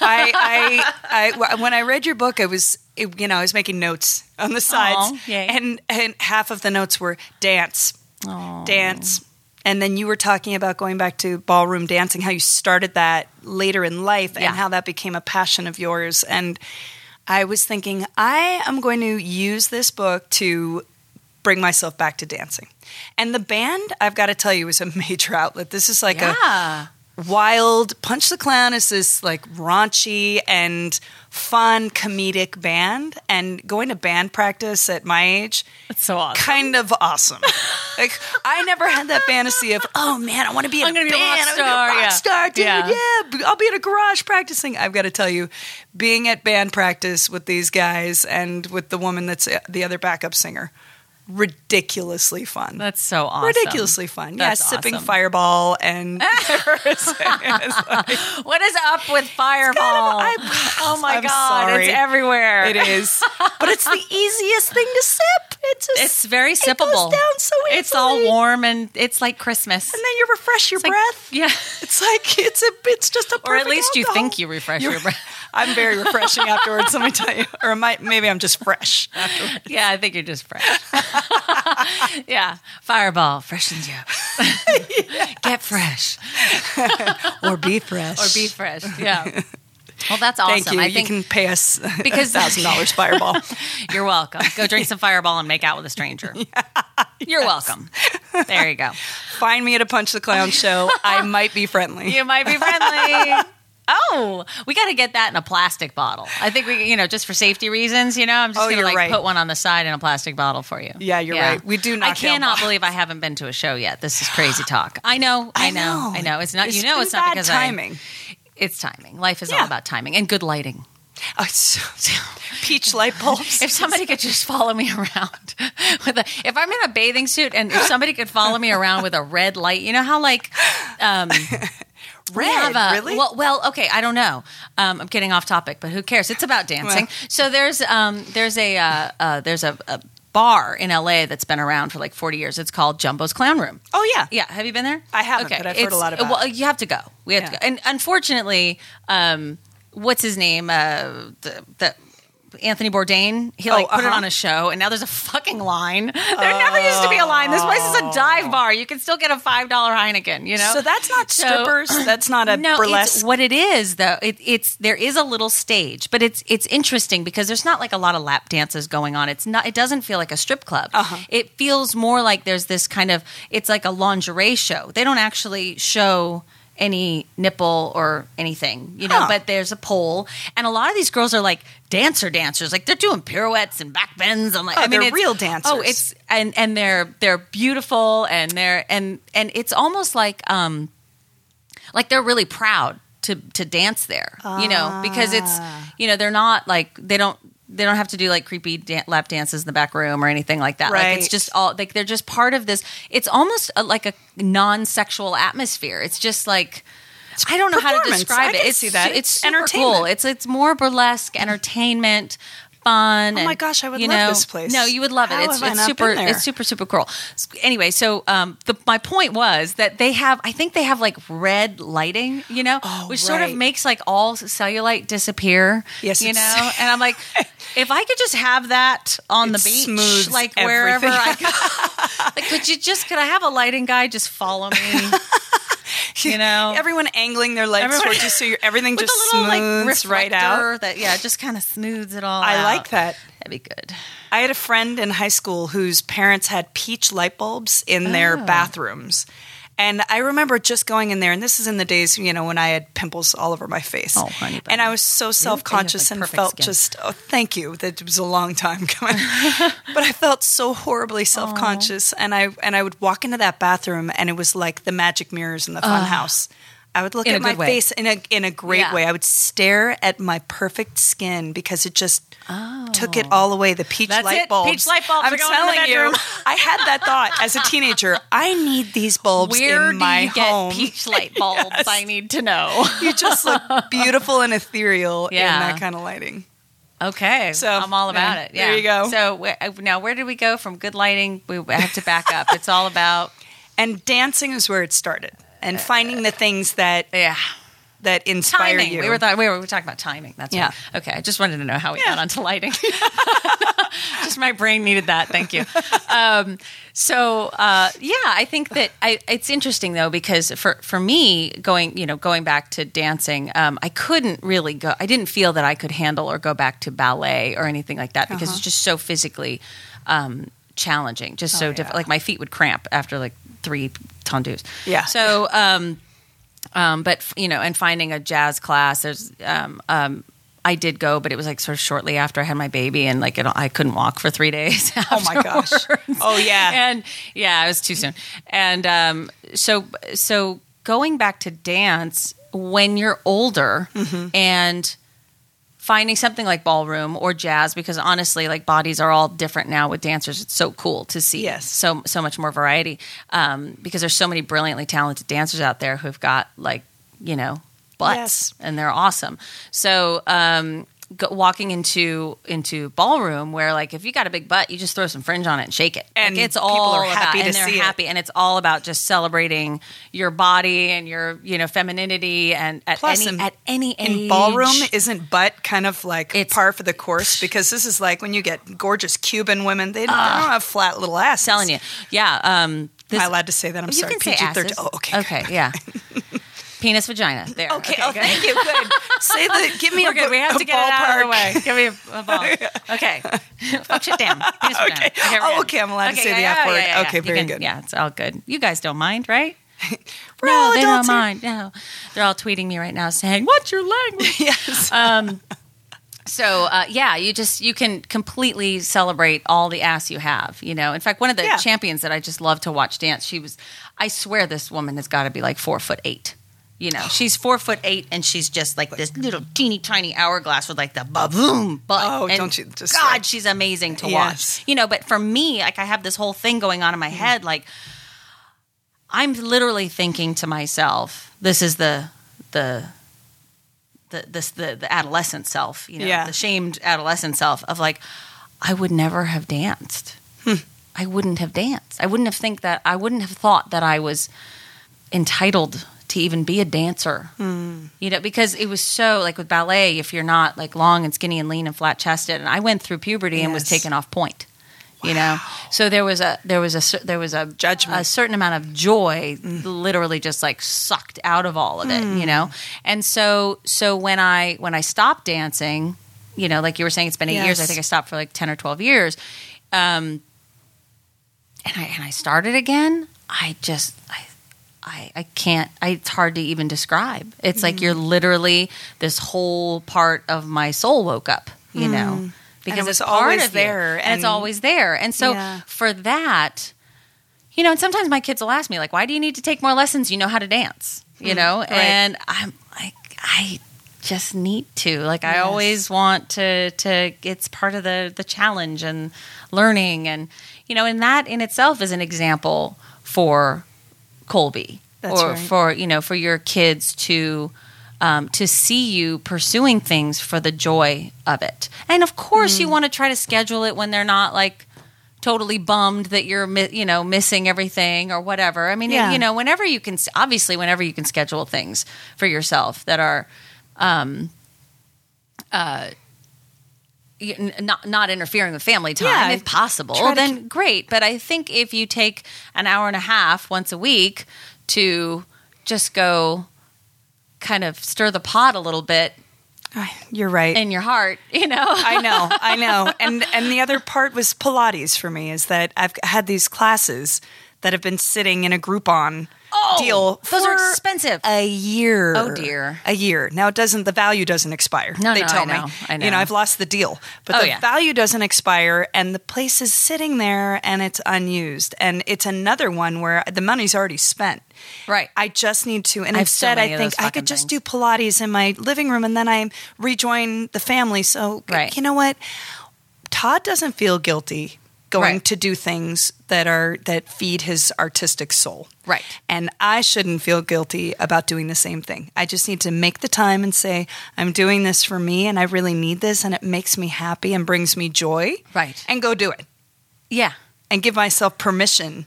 Speaker 2: I, I, I, w- when I read your book, I was, it, you know, I was making notes on the sides,
Speaker 1: yay.
Speaker 2: and and half of the notes were dance,
Speaker 1: Aw.
Speaker 2: dance, and then you were talking about going back to ballroom dancing, how you started that later in life,
Speaker 1: Yeah.
Speaker 2: and how that became a passion of yours, and I was thinking, I am going to use this book to bring myself back to dancing, and the band, I've got to tell you, is a major outlet. This is like a
Speaker 1: yeah
Speaker 2: Wild Punch the Clown is this like raunchy and fun comedic band, and going to band practice at my age,
Speaker 1: it's so awesome
Speaker 2: kind of awesome. like I never had that fantasy of, oh man, I want to be. In
Speaker 1: I'm gonna be a
Speaker 2: band.
Speaker 1: rock
Speaker 2: I'm gonna be a
Speaker 1: star,
Speaker 2: rock
Speaker 1: yeah.
Speaker 2: star, dude.
Speaker 1: Yeah.
Speaker 2: yeah, I'll be in a garage practicing. I've got to tell you, being at band practice with these guys and with the woman that's the other uh, backup singer, ridiculously fun.
Speaker 1: That's so awesome.
Speaker 2: ridiculously fun.
Speaker 1: That's
Speaker 2: yeah, sipping
Speaker 1: awesome.
Speaker 2: Fireball and It's like-
Speaker 1: What is up with Fireball?
Speaker 2: I-
Speaker 1: oh my
Speaker 2: I'm
Speaker 1: god,
Speaker 2: sorry.
Speaker 1: it's everywhere.
Speaker 2: it is, but it's the easiest thing to sip. It's just,
Speaker 1: It's very
Speaker 2: it
Speaker 1: sippable.
Speaker 2: goes down so easily.
Speaker 1: It's all warm and it's like Christmas.
Speaker 2: and then you refresh your
Speaker 1: like-
Speaker 2: breath.
Speaker 1: yeah.
Speaker 2: It's like it's a it's just a
Speaker 1: Or at
Speaker 2: perfect
Speaker 1: least you
Speaker 2: alcohol.
Speaker 1: think you refresh
Speaker 2: You're-
Speaker 1: your breath.
Speaker 2: I'm very refreshing afterwards. Let me tell you, or I might maybe I'm just fresh.
Speaker 1: Yeah, I think you're just fresh. yeah. Fireball freshens you. Get fresh
Speaker 2: or be fresh,
Speaker 1: or be fresh. Yeah. Well, that's awesome.
Speaker 2: Thank you.
Speaker 1: I
Speaker 2: you
Speaker 1: think
Speaker 2: can pay us
Speaker 1: Because-
Speaker 2: because thousand dollars Fireball.
Speaker 1: You're welcome. Go drink some Fireball and make out with a stranger. You're welcome. There you go.
Speaker 2: Find me at a Punch the Clown show. I might be friendly.
Speaker 1: You might be friendly. Oh, we got to get that in a plastic bottle. I think we, you know, just for safety reasons, you know, I'm just
Speaker 2: Oh,
Speaker 1: gonna
Speaker 2: you're
Speaker 1: like
Speaker 2: right.
Speaker 1: put one on the side in a plastic bottle for you.
Speaker 2: Yeah, you're right. We do
Speaker 1: I
Speaker 2: knock down
Speaker 1: cannot
Speaker 2: bottles.
Speaker 1: believe I haven't been to a show yet. This is crazy talk. I know, I, know, I know. It's not, you know,
Speaker 2: been
Speaker 1: it's not
Speaker 2: bad
Speaker 1: because
Speaker 2: timing.
Speaker 1: I. It's timing. Life is all
Speaker 2: Yeah.
Speaker 1: about timing and good lighting.
Speaker 2: Oh, so- peach light bulbs.
Speaker 1: If somebody could just follow me around with a, if I'm in a bathing suit and if somebody could follow me around with a red light, you know how like um we
Speaker 2: Red,
Speaker 1: have a-
Speaker 2: really?
Speaker 1: Well, well, okay, I don't know. Um, I'm getting off topic, but who cares? It's about dancing.
Speaker 2: Well.
Speaker 1: So there's um there's a uh, uh there's a, a bar in LA that's been around for like 40 years. It's called Jumbo's Clown Room.
Speaker 2: oh yeah.
Speaker 1: Yeah, have you been there?
Speaker 2: I haven't, but I've heard a lot about
Speaker 1: Well, you have to go. We have to
Speaker 2: Yeah.
Speaker 1: go. And unfortunately, um, what's his name? Uh, the, the Anthony Bourdain. He like
Speaker 2: Oh,
Speaker 1: put it
Speaker 2: uh-huh.
Speaker 1: on a show, and now there's a fucking line. There never used to be a line. This place is a dive bar. You can still get a five dollar Heineken. You know.
Speaker 2: Oh. So that's not
Speaker 1: So-
Speaker 2: strippers. that's not a
Speaker 1: no, it's
Speaker 2: burlesque.
Speaker 1: what it is though. It, it's there is a little stage, but it's it's interesting because there's not like a lot of lap dances going on. It's not. It doesn't feel like a strip club.
Speaker 2: Uh-huh.
Speaker 1: It feels more like there's this kind of. It's like a lingerie show. They don't actually show any nipple or anything, you know.
Speaker 2: Huh.
Speaker 1: But there's a pole, and a lot of these girls are like dancer dancers. Like they're doing pirouettes and back bends. I'm like,
Speaker 2: Oh,
Speaker 1: I mean,
Speaker 2: they're
Speaker 1: it's,
Speaker 2: real dancers.
Speaker 1: Oh, it's and and they're they're beautiful and they're and and it's almost like um like they're really proud to to dance there you know because it's
Speaker 2: Ah.
Speaker 1: you know they're not like they don't they don't have to do like creepy dan- lap dances in the back room or anything like that like it's
Speaker 2: Right.
Speaker 1: just all like they're just part of this it's almost a, like a non-sexual atmosphere it's just like I don't know how to
Speaker 2: performance.
Speaker 1: describe
Speaker 2: I
Speaker 1: it.
Speaker 2: can
Speaker 1: it's
Speaker 2: see that.
Speaker 1: It's
Speaker 2: It's
Speaker 1: super
Speaker 2: entertainment.
Speaker 1: cool. It's it's more burlesque entertainment, fun.
Speaker 2: Oh my
Speaker 1: and,
Speaker 2: gosh, I would
Speaker 1: you
Speaker 2: love
Speaker 1: know-
Speaker 2: this place.
Speaker 1: No, you would love it.
Speaker 2: How
Speaker 1: it's
Speaker 2: have I
Speaker 1: it's
Speaker 2: not
Speaker 1: super.
Speaker 2: been there?
Speaker 1: It's super super cool. S- Anyway, so um, the, my point was that they have. I think they have like red lighting, you know, which sort of
Speaker 2: Oh, right.
Speaker 1: makes like all cellulite disappear.
Speaker 2: Yes,
Speaker 1: you
Speaker 2: it's-
Speaker 1: know. And I'm like, if I could just have that on
Speaker 2: It
Speaker 1: the beach,
Speaker 2: smooths
Speaker 1: like wherever
Speaker 2: everything.
Speaker 1: I go, like, could you just could I have a lighting guy just follow me? you know?
Speaker 2: everyone angling their legs
Speaker 1: Everyone-
Speaker 2: towards you, so your, everything
Speaker 1: With
Speaker 2: just
Speaker 1: a little like
Speaker 2: smooths
Speaker 1: reflector
Speaker 2: right out.
Speaker 1: that yeah, just kind of smooths it all.
Speaker 2: I
Speaker 1: out.
Speaker 2: like that.
Speaker 1: That'd be good.
Speaker 2: I had a friend in high school whose parents had peach light bulbs in their
Speaker 1: Oh.
Speaker 2: bathrooms. And I remember just going in there, and this is in the days, you know, when I had pimples all over my face.
Speaker 1: Oh, honey bun.
Speaker 2: and I was so self conscious
Speaker 1: like,
Speaker 2: and
Speaker 1: perfect
Speaker 2: felt
Speaker 1: skin.
Speaker 2: just, oh, thank you. That was a long time coming. but I felt so horribly self conscious. And I, and I would walk into that bathroom, and it was like the magic mirrors in the fun house. I would look
Speaker 1: In a
Speaker 2: at my
Speaker 1: good way.
Speaker 2: face in a, in a great
Speaker 1: Yeah.
Speaker 2: way. I would stare at my perfect skin because it just
Speaker 1: Oh.
Speaker 2: took it all away. The peach
Speaker 1: That's
Speaker 2: light
Speaker 1: it.
Speaker 2: bulbs.
Speaker 1: Peach light bulbs
Speaker 2: I'm
Speaker 1: are going in the
Speaker 2: telling you,
Speaker 1: bedroom.
Speaker 2: I had that thought as a teenager. I need these bulbs
Speaker 1: Where
Speaker 2: in
Speaker 1: do
Speaker 2: my
Speaker 1: you
Speaker 2: home.
Speaker 1: get peach light bulbs? I need to know.
Speaker 2: you just look beautiful and ethereal
Speaker 1: Yeah.
Speaker 2: in that kind of lighting.
Speaker 1: Okay, so
Speaker 2: So,
Speaker 1: I'm all about
Speaker 2: yeah,
Speaker 1: it. Yeah.
Speaker 2: there you go.
Speaker 1: So wh- now, where did we go from good lighting? We have to back up. It's all about
Speaker 2: And dancing is where it started. And
Speaker 1: Uh,
Speaker 2: finding the things that
Speaker 1: yeah
Speaker 2: that inspire
Speaker 1: timing.
Speaker 2: you.
Speaker 1: We were thought we were, we were talking about timing. That's
Speaker 2: Yeah.
Speaker 1: right. Okay, I just wanted to know how we
Speaker 2: Yeah.
Speaker 1: got onto lighting. just my brain needed that. Thank you. Um, so uh, yeah, I think that I, it's interesting though because for for me going you know going back to dancing, um, I couldn't really go. I didn't feel that I could handle or go back to ballet or anything like that because
Speaker 2: Uh-huh.
Speaker 1: it's just so physically um, challenging, just so
Speaker 2: Oh, yeah.
Speaker 1: difficult. Like my feet would cramp after like three tendus.
Speaker 2: Yeah.
Speaker 1: So. Um, um, but f- you know, and finding a jazz class, there's um, um, I did go, but it was like sort of shortly after I had my baby, and like it, I couldn't walk for three days.
Speaker 2: Oh my gosh.
Speaker 1: afterwards.
Speaker 2: Oh, yeah.
Speaker 1: and yeah, it was too soon. And um, so so
Speaker 2: Mm-hmm.
Speaker 1: going back to dance when you're older and finding something like ballroom or jazz because honestly like bodies are all different now with dancers it's so cool to see
Speaker 2: Yes.
Speaker 1: so so much more variety um, because there's so many brilliantly talented dancers out there who've got like you know butts
Speaker 2: Yes.
Speaker 1: and they're awesome so um, go, walking into into ballroom where like if you got a big butt you just throw some fringe on it and shake it
Speaker 2: And
Speaker 1: like, it's
Speaker 2: people
Speaker 1: all
Speaker 2: are
Speaker 1: about,
Speaker 2: happy
Speaker 1: and
Speaker 2: to
Speaker 1: they're
Speaker 2: see it.
Speaker 1: happy and it's all about just celebrating your body and your you know femininity and at
Speaker 2: Plus,
Speaker 1: any
Speaker 2: in-
Speaker 1: at any age
Speaker 2: in ballroom isn't butt kind of like
Speaker 1: It's-
Speaker 2: par for the course because this is like when you get gorgeous Cuban women they, they don't have flat little asses.
Speaker 1: telling you. Yeah. Um,
Speaker 2: Am I allowed to say that? I'm
Speaker 1: you
Speaker 2: sorry.
Speaker 1: can say asses.
Speaker 2: Oh, okay.
Speaker 1: Okay. Yeah. Penis, vagina. There.
Speaker 2: Okay. Oh,
Speaker 1: good.
Speaker 2: thank you. Good. Say the. Give me
Speaker 1: We're
Speaker 2: a.
Speaker 1: good.
Speaker 2: bu-
Speaker 1: We have
Speaker 2: a
Speaker 1: to get it out of the
Speaker 2: ballpark.
Speaker 1: way. Give me a, a ball. Okay. Fuck shit down. Penis, vagina.
Speaker 2: Okay.
Speaker 1: we're
Speaker 2: Oh,
Speaker 1: good.
Speaker 2: okay, I'm allowed to say the
Speaker 1: yeah,
Speaker 2: F
Speaker 1: yeah,
Speaker 2: word.
Speaker 1: yeah, yeah, yeah.
Speaker 2: Okay,
Speaker 1: You
Speaker 2: very
Speaker 1: can-
Speaker 2: good.
Speaker 1: Yeah, it's all good. You guys don't mind, right?
Speaker 2: We're
Speaker 1: no,
Speaker 2: all
Speaker 1: they
Speaker 2: adults
Speaker 1: don't
Speaker 2: here.
Speaker 1: mind. No, they're all tweeting me right now saying, "What's your language?"
Speaker 2: Yes.
Speaker 1: Uh, So uh, yeah, you just you can completely celebrate all the ass you have. You know, in fact, one of the
Speaker 2: Yeah.
Speaker 1: champions that I just love to watch dance, she was. I swear, this woman has got to be like four foot eight. You know, she's four foot eight, and she's just like this little teeny tiny hourglass with like the baboom butt.
Speaker 2: Oh,
Speaker 1: And
Speaker 2: don't you just-
Speaker 1: God, she's amazing to
Speaker 2: Yes. Mm.
Speaker 1: watch. You know, but for me, like I have this whole thing going on in my head, like. I'm literally thinking to myself, this is the the the this the, the adolescent self, you know,
Speaker 2: Yeah.
Speaker 1: the shamed adolescent self of like, I would never have danced.
Speaker 2: Hmm.
Speaker 1: I wouldn't have danced. I wouldn't have think that I wouldn't have thought that I was entitled to even be a dancer.
Speaker 2: Hmm.
Speaker 1: You know, because it was so like with ballet, if you're not like long and skinny and lean and flat chested, and I went through puberty and was
Speaker 2: Yes.
Speaker 1: taken off point. You know, so there was a there was a cer- there was a
Speaker 2: Judgment. Mm.
Speaker 1: a certain amount of joy, literally just like sucked out of all of it. You know, and so so when I when I stopped dancing, you know, like you were saying, it's been eight years. I
Speaker 2: Yes.
Speaker 1: think I stopped for like ten or twelve years, um, and I and I started again. I just I I, I can't I, it's hard to even describe it's like
Speaker 2: Mm.
Speaker 1: you're literally this whole part of my soul woke up you know because
Speaker 2: Mm. it was
Speaker 1: it's part
Speaker 2: always
Speaker 1: of you,
Speaker 2: there,
Speaker 1: and, it's
Speaker 2: and-
Speaker 1: always there and so
Speaker 2: Mm-hmm. Yeah.
Speaker 1: for that you know and sometimes my kids will ask me like why do you need to take more lessons you know how to dance
Speaker 2: Mm-hmm.
Speaker 1: you know and i'm like i just need to like i
Speaker 2: Yes.
Speaker 1: always want to to it's part of the the challenge and learning and you know and that in itself is an example for Colby
Speaker 2: That's
Speaker 1: or
Speaker 2: right.
Speaker 1: for you know for your kids to um, to see you pursuing things for the joy of it. And of course,
Speaker 2: Mm.
Speaker 1: you want to try to schedule it when they're not like totally bummed that you're mi- you know missing everything or whatever. I mean,
Speaker 2: Yeah.
Speaker 1: you know, whenever you can, obviously, whenever you can schedule things for yourself that are. um, you- n- not not interfering with family time
Speaker 2: Yeah,
Speaker 1: if possible
Speaker 2: try to
Speaker 1: then great but i think if you take an hour and a half once a week to just go kind of stir the pot a little bit
Speaker 2: You're right.
Speaker 1: in your heart you know
Speaker 2: I know, I know. And and the other part was Pilates for me is that I've had these classes that have been sitting in a Groupon
Speaker 1: Oh,
Speaker 2: deal
Speaker 1: those are
Speaker 2: for
Speaker 1: expensive
Speaker 2: a year.
Speaker 1: Oh, dear.
Speaker 2: a year. Now it doesn't. The value doesn't expire.
Speaker 1: No,
Speaker 2: they
Speaker 1: no,
Speaker 2: tell
Speaker 1: I know,
Speaker 2: me.
Speaker 1: I
Speaker 2: You
Speaker 1: know.
Speaker 2: know, I've lost the deal, but
Speaker 1: Oh,
Speaker 2: the
Speaker 1: yeah.
Speaker 2: value doesn't expire, and the place is sitting there and it's unused, and it's another one where the money's already spent.
Speaker 1: Right.
Speaker 2: I just need to, and
Speaker 1: I have so
Speaker 2: instead,
Speaker 1: many
Speaker 2: I
Speaker 1: of
Speaker 2: think
Speaker 1: those
Speaker 2: I could
Speaker 1: fucking
Speaker 2: just
Speaker 1: things.
Speaker 2: do Pilates in my living room, and then I rejoin the family. So
Speaker 1: Right.
Speaker 2: you know what? Todd doesn't feel guilty going
Speaker 1: Right.
Speaker 2: to do things that are that feed his artistic soul.
Speaker 1: Right.
Speaker 2: And I shouldn't feel guilty about doing the same thing. I just need to make the time and say I'm doing this for me and I really need this and it makes me happy and brings me joy.
Speaker 1: Right.
Speaker 2: And go do it
Speaker 1: yeah
Speaker 2: and give myself permission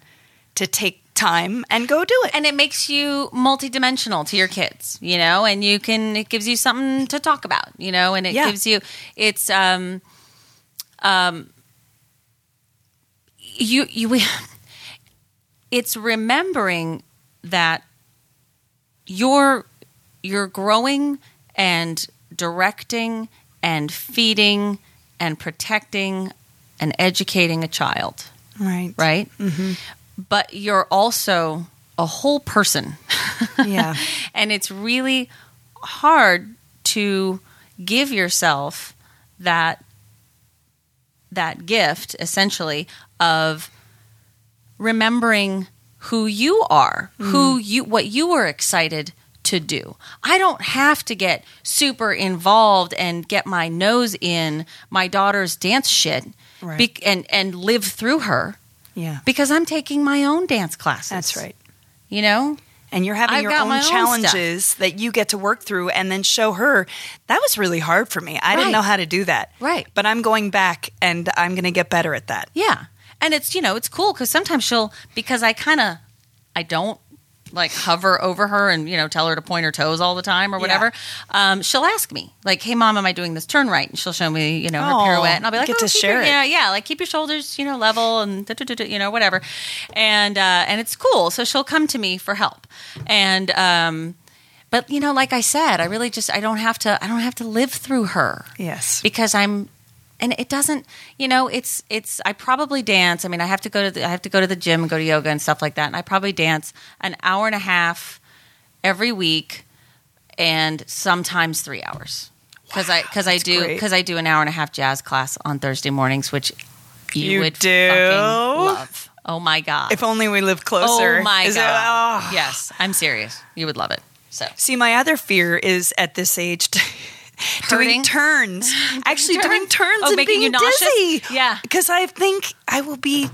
Speaker 2: to take time and go do it.
Speaker 1: and it makes you multidimensional to your kids, you know, and you can it gives you something to talk about, you know, and it
Speaker 2: Yeah.
Speaker 1: gives you it's um um you you we it's remembering that you're you're growing and directing and feeding and protecting and educating a child
Speaker 2: right.
Speaker 1: right?
Speaker 2: Mm-hmm.
Speaker 1: But you're also a whole person.
Speaker 2: Yeah.
Speaker 1: and it's really hard to give yourself that that gift essentially of
Speaker 2: Mm-hmm.
Speaker 1: remembering who you are, who you what you were excited to do. I don't have to get super involved and get my nose in my daughter's dance shit
Speaker 2: Right.
Speaker 1: bec- and and live through her
Speaker 2: Yeah.
Speaker 1: because I'm taking my own dance classes.
Speaker 2: That's right.
Speaker 1: You know?
Speaker 2: And you're having
Speaker 1: I've
Speaker 2: your
Speaker 1: got
Speaker 2: own
Speaker 1: my own
Speaker 2: challenges that you get to work through and then show her that was really hard for me. I
Speaker 1: Right.
Speaker 2: didn't know how to do that.
Speaker 1: Right.
Speaker 2: But I'm going back and I'm going to get better at that.
Speaker 1: Yeah. And it's, you know, it's cool because sometimes she'll, because I kind of, I don't like hover over her and, you know, tell her to point her toes all the time or whatever. Um, she'll ask me, like, hey, mom, am I doing this turn right? And she'll show me, you know, her
Speaker 2: Oh,
Speaker 1: pirouette. And I'll be
Speaker 2: you
Speaker 1: like,
Speaker 2: get
Speaker 1: "Oh,
Speaker 2: to
Speaker 1: keep
Speaker 2: share
Speaker 1: your,
Speaker 2: it."
Speaker 1: Yeah, yeah. Like, keep your shoulders, you know, level and, da, da, da, da, you know, whatever. And, uh, and it's cool. So she'll come to me for help. And, um, but you know, like I said, I really just I don't have to I don't have to live through her
Speaker 2: Yes.
Speaker 1: because I'm and it doesn't you know it's it's I probably dance I mean I have to go to the, I have to go to the gym and go to yoga and stuff like that and I probably dance an hour and a half every week and sometimes 3 hours cuz I cuz I
Speaker 2: that's
Speaker 1: do
Speaker 2: great.
Speaker 1: cuz I do an hour and a half jazz class on Thursday mornings which you,
Speaker 2: You
Speaker 1: would
Speaker 2: do?
Speaker 1: fucking love oh my god
Speaker 2: If only we lived closer.
Speaker 1: oh my
Speaker 2: Is it-
Speaker 1: god
Speaker 2: oh.
Speaker 1: yes I'm serious you would love it so
Speaker 2: See, my other fear is at this age.
Speaker 1: Hurting?
Speaker 2: Doing turns, actually doing
Speaker 1: turns?
Speaker 2: turns
Speaker 1: Oh,
Speaker 2: and
Speaker 1: making
Speaker 2: being
Speaker 1: you nauseous?
Speaker 2: dizzy.
Speaker 1: Yeah.
Speaker 2: because I think I will be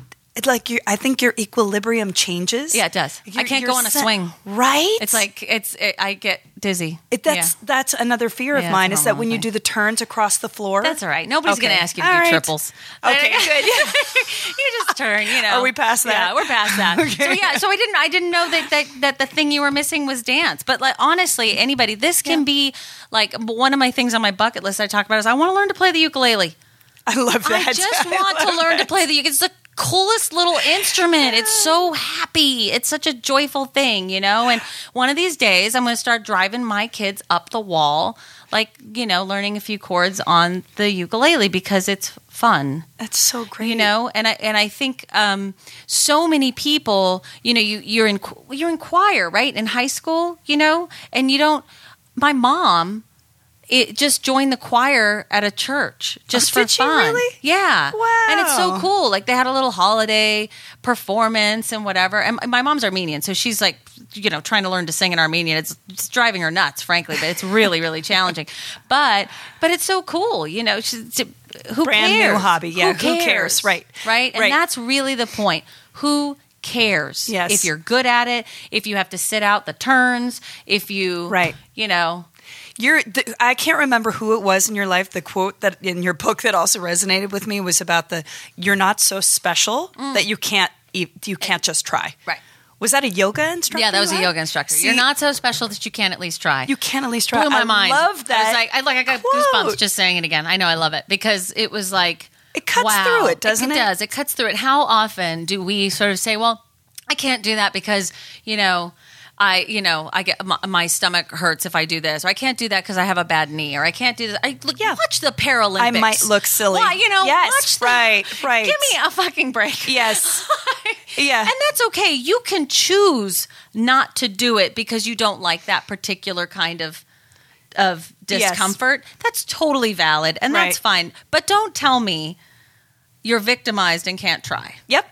Speaker 2: like you. I think your equilibrium changes.
Speaker 1: Yeah, it does. I
Speaker 2: Your-
Speaker 1: can't
Speaker 2: your
Speaker 1: go on a
Speaker 2: sen-
Speaker 1: swing.
Speaker 2: Right?
Speaker 1: It's like it's it, I get dizzy.
Speaker 2: It, that's
Speaker 1: Yeah.
Speaker 2: that's another fear of
Speaker 1: Yeah, it's
Speaker 2: mine
Speaker 1: a
Speaker 2: is that when
Speaker 1: hormonal
Speaker 2: you
Speaker 1: thing.
Speaker 2: do the turns across the floor.
Speaker 1: that's all right. Nobody's
Speaker 2: Okay.
Speaker 1: going to ask you to
Speaker 2: All
Speaker 1: do
Speaker 2: right.
Speaker 1: triples.
Speaker 2: Okay, good.
Speaker 1: you just turn. You know,
Speaker 2: Are we past that?
Speaker 1: Yeah, we're past that. So yeah, so I didn't I didn't know that that, that the thing you were missing was dance. But like honestly, anybody, this can be like one of my things on my bucket list. I talk about is I want to learn to play the ukulele.
Speaker 2: I love that.
Speaker 1: I just want to
Speaker 2: love
Speaker 1: learn to
Speaker 2: that.
Speaker 1: play the ukulele. It's the coolest little instrument. It's so happy. It's such a joyful thing, you know? And one of these days, I'm going to start driving my kids up the wall, like, you know, learning a few chords on the ukulele because it's fun
Speaker 2: That's so great.
Speaker 1: you know and i and i think um so many people you know you you're in qu- you're in choir right in high school you know and you don't my mom it just joined the choir at a church just
Speaker 2: Oh,
Speaker 1: for
Speaker 2: did she
Speaker 1: fun
Speaker 2: really?
Speaker 1: yeah and it's so
Speaker 2: Wow.
Speaker 1: cool like they had a little holiday performance and whatever and my- my mom's armenian so she's like you know trying to learn to sing in armenian it's, it's driving her nuts frankly but it's really really challenging but but it's so cool you know she's who
Speaker 2: Brand new
Speaker 1: cares?
Speaker 2: hobby. Yeah,
Speaker 1: who
Speaker 2: who
Speaker 1: cares?
Speaker 2: cares? Right.
Speaker 1: right, and
Speaker 2: Right.
Speaker 1: that's really the point. Who cares?
Speaker 2: Yes.
Speaker 1: if you're good at it, if you have to sit out the turns, if you,
Speaker 2: Right.
Speaker 1: you know,
Speaker 2: You're, the, I can't remember who it was in your life. The quote that in your book that also resonated with me was about the "You're not so special that you can't e- you can't just try."
Speaker 1: Mm. Right.
Speaker 2: Was that a yoga instructor?
Speaker 1: yeah, that was
Speaker 2: you
Speaker 1: a
Speaker 2: had?
Speaker 1: yoga instructor.
Speaker 2: See,
Speaker 1: you're not so special that you can't at least try.
Speaker 2: You can at least try.
Speaker 1: blew my
Speaker 2: I
Speaker 1: mind.
Speaker 2: Love that.
Speaker 1: I was like, I like, I got goosebumps
Speaker 2: quote.
Speaker 1: just saying it again. I know, I love it because it was like
Speaker 2: It cuts
Speaker 1: wow.
Speaker 2: through it, doesn't
Speaker 1: It
Speaker 2: it?
Speaker 1: does. It cuts through it. How often do we sort of say, well, I can't do that because you know. I, you know, I get my, my stomach hurts if I do this, or I can't do that because I have a bad knee, or I can't do this. I look,
Speaker 2: Yeah.
Speaker 1: watch the Paralympics.
Speaker 2: I might look silly.
Speaker 1: Why, you know,
Speaker 2: Yes,
Speaker 1: watch the-
Speaker 2: right, right.
Speaker 1: Give me a fucking break.
Speaker 2: Yes. Yeah.
Speaker 1: And that's okay. You can choose not to do it because you don't like that particular kind of of
Speaker 2: Yes.
Speaker 1: discomfort. That's totally valid and that's
Speaker 2: Right.
Speaker 1: fine. But don't tell me you're victimized and can't try.
Speaker 2: Yep.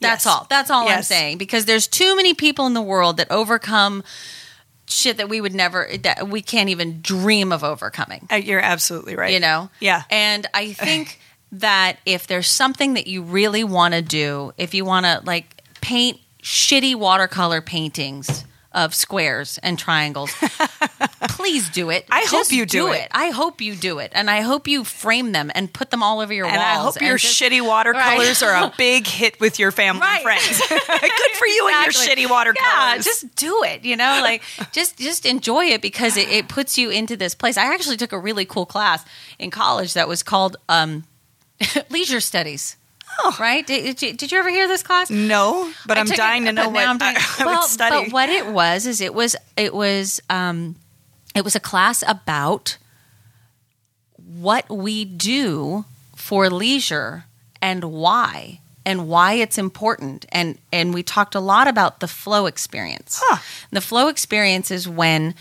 Speaker 1: That's
Speaker 2: Yes.
Speaker 1: all. That's all I'm
Speaker 2: Yes.
Speaker 1: saying because there's too many people in the world that overcome shit that we would never that we can't even dream of overcoming.
Speaker 2: Uh, You're absolutely right.
Speaker 1: You know?
Speaker 2: Yeah.
Speaker 1: And I think that if there's something that you really want to do, if you want to like paint shitty watercolor paintings of squares and triangles, please do it.
Speaker 2: I hope
Speaker 1: Just
Speaker 2: you do it.
Speaker 1: I hope you do it. And I hope you frame them and put them all over your
Speaker 2: and
Speaker 1: walls.
Speaker 2: I hope your
Speaker 1: just-
Speaker 2: shitty
Speaker 1: Right.
Speaker 2: watercolors are a big hit with your family
Speaker 1: Right.
Speaker 2: and friends. Good for you and
Speaker 1: Exactly.
Speaker 2: your shitty watercolors.
Speaker 1: Yeah, just do it. You know, like just just enjoy it because it, it puts you into this place. I actually took a really cool class in college that was called um, Leisure Studies.
Speaker 2: Oh.
Speaker 1: Right? Did, did, you, did you ever hear this class?
Speaker 2: no, but
Speaker 1: I
Speaker 2: I'm
Speaker 1: took it,
Speaker 2: dying to know
Speaker 1: but
Speaker 2: what
Speaker 1: now I'm
Speaker 2: I,
Speaker 1: dying-
Speaker 2: I
Speaker 1: well,
Speaker 2: would study.
Speaker 1: But what it was is it was it was um, it was a class about what we do for leisure and why and why it's important and and we talked a lot about the flow experience.
Speaker 2: Huh.
Speaker 1: The flow experience is when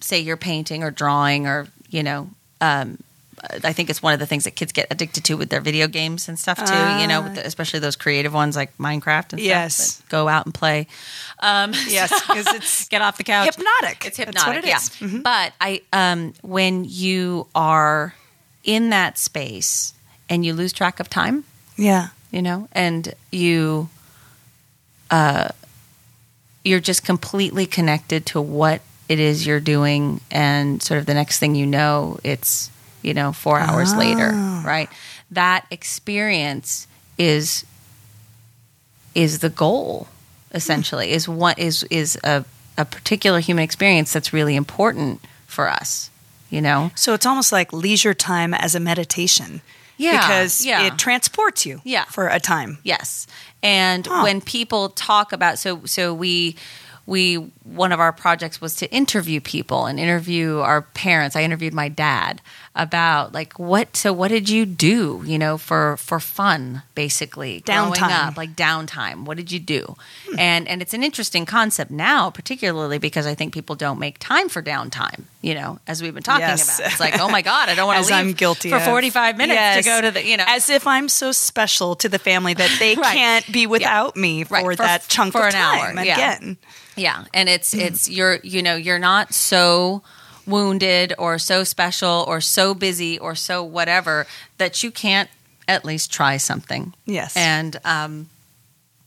Speaker 1: say you're painting or drawing or you know um, I think it's one of the things that kids get addicted to with their video games and stuff too. you know, with the, especially those creative ones like Minecraft and
Speaker 2: Ah. Yes.
Speaker 1: stuff. that Go out and play. Um,
Speaker 2: Yes, because it's
Speaker 1: get off the couch.
Speaker 2: hypnotic.
Speaker 1: It's
Speaker 2: That's
Speaker 1: hypnotic.
Speaker 2: what it
Speaker 1: yeah.
Speaker 2: is. Mm-hmm.
Speaker 1: But I, um, when you are in that space and you lose track of time,
Speaker 2: yeah.
Speaker 1: you know, and you, uh, you're just completely connected to what it is you're doing, and sort of the next thing you know, it's you know four hours later, right? That experience is is the goal essentially is what is is a, a particular human experience that's really important for us you know
Speaker 2: So it's almost like leisure time as a meditation.
Speaker 1: Yeah,
Speaker 2: Because
Speaker 1: yeah.
Speaker 2: it transports you
Speaker 1: Yeah.
Speaker 2: for a time.
Speaker 1: Yes. And
Speaker 2: Huh.
Speaker 1: when people talk about so so we we one of our projects was to interview people and interview our parents. I interviewed my dad about like what so what did you do, you know, for for fun basically growing
Speaker 2: Downtime. Hmm.
Speaker 1: up, like downtime. What did you do? And and it's an interesting concept now, particularly because I think people don't make time for downtime, you know, as we've been talking
Speaker 2: Yes.
Speaker 1: about. It's like, "Oh my god, I don't want
Speaker 2: As
Speaker 1: to leave
Speaker 2: I'm guilty
Speaker 1: for
Speaker 2: of.
Speaker 1: 45 minutes
Speaker 2: Yes.
Speaker 1: to go to the, you know,
Speaker 2: As if I'm so special to the family that they
Speaker 1: Right.
Speaker 2: can't be without me for,
Speaker 1: Right, for-
Speaker 2: that chunk
Speaker 1: for
Speaker 2: of
Speaker 1: an hour,
Speaker 2: time
Speaker 1: yeah.
Speaker 2: again.
Speaker 1: Yeah, and it's
Speaker 2: Mm-hmm.
Speaker 1: it's you're you know you're not so wounded or so special or so busy or so whatever that you can't at least try something.
Speaker 2: Yes.
Speaker 1: And um,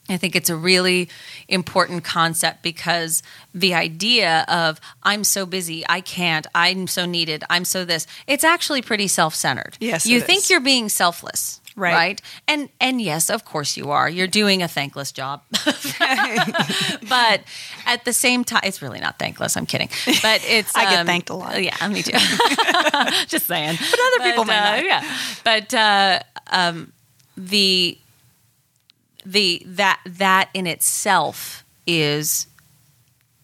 Speaker 1: I think it's a really important concept because the idea of I'm so busy, I can't, I'm so needed, I'm so this, it's actually pretty self-centered.
Speaker 2: Yes,
Speaker 1: You
Speaker 2: it
Speaker 1: think
Speaker 2: is.
Speaker 1: you're being selfless.
Speaker 2: Right.
Speaker 1: right. And and yes, of course you are. You're doing a thankless job. but at the same time, it's really not thankless. I'm kidding. But it's um,
Speaker 2: I get thanked a lot.
Speaker 1: Yeah, me too. Just saying. But
Speaker 2: other people may
Speaker 1: uh,
Speaker 2: not.
Speaker 1: Yeah. But uh, um, the the that that in itself is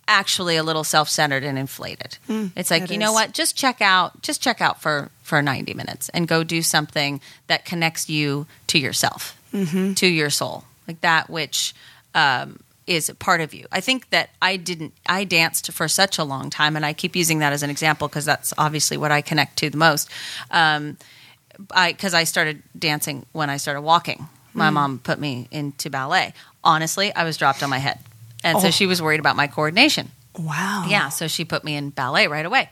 Speaker 1: actually a little self-centered and inflated. it's like,
Speaker 2: it
Speaker 1: you know
Speaker 2: is.
Speaker 1: what? Just check out, just check out for for 90 minutes and go do something that connects you to yourself, to your soul. Like that which um is a part of you. I think that I didn't I danced for such a long time and I keep using that as an example because that's obviously what I connect to the most. Um I because I started dancing when I started walking.
Speaker 2: Hmm.
Speaker 1: My mom put me into ballet. Honestly, I was dropped on my head, and
Speaker 2: Oh.
Speaker 1: so she was worried about my coordination.
Speaker 2: Wow.
Speaker 1: Yeah, so she put me in ballet right away,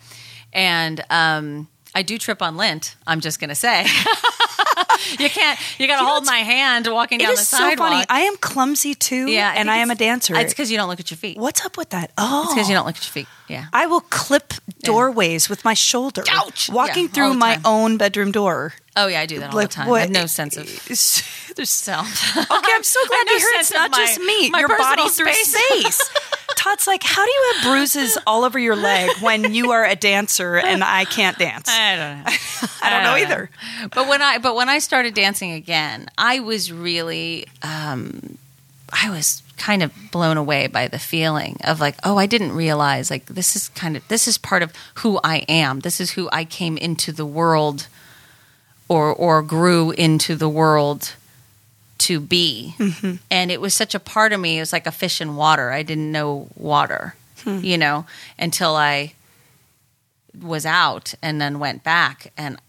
Speaker 1: and um, I do trip on lint. I'm just gonna say, you can't. You gotta hold my hand walking
Speaker 2: It
Speaker 1: down the
Speaker 2: is so
Speaker 1: sidewalk.
Speaker 2: funny. I am clumsy too,
Speaker 1: yeah,
Speaker 2: and
Speaker 1: think
Speaker 2: I am a
Speaker 1: it's-
Speaker 2: dancer.
Speaker 1: It's because you don't look at your feet.
Speaker 2: What's up with that? Oh,
Speaker 1: It's because you don't look at your feet. Yeah.
Speaker 2: I will clip doorways with my shoulder.
Speaker 1: Ouch!
Speaker 2: Walking
Speaker 1: Yeah, all
Speaker 2: through
Speaker 1: the
Speaker 2: my
Speaker 1: time.
Speaker 2: own bedroom door.
Speaker 1: Oh yeah, I do that all the time. I have no sense of
Speaker 2: There's
Speaker 1: self.
Speaker 2: Okay, I'm so glad
Speaker 1: I
Speaker 2: to
Speaker 1: have
Speaker 2: hear
Speaker 1: no sense
Speaker 2: it's
Speaker 1: of
Speaker 2: not
Speaker 1: my-
Speaker 2: just me.
Speaker 1: my
Speaker 2: your
Speaker 1: personal
Speaker 2: body through
Speaker 1: space.
Speaker 2: space. Todd's like, how do you have bruises all over your leg when you are a dancer and I can't dance?
Speaker 1: I don't know.
Speaker 2: I don't know either.
Speaker 1: but when I but when I started dancing again, I was really um, I was kind of blown away by the feeling of like, oh, I didn't realize like this is kind of this is part of who I am. This is who I came into the world or or grew into the world to be. And it was such a part of me. It was like a fish in water. I didn't know water, you know, until I was out and then went back and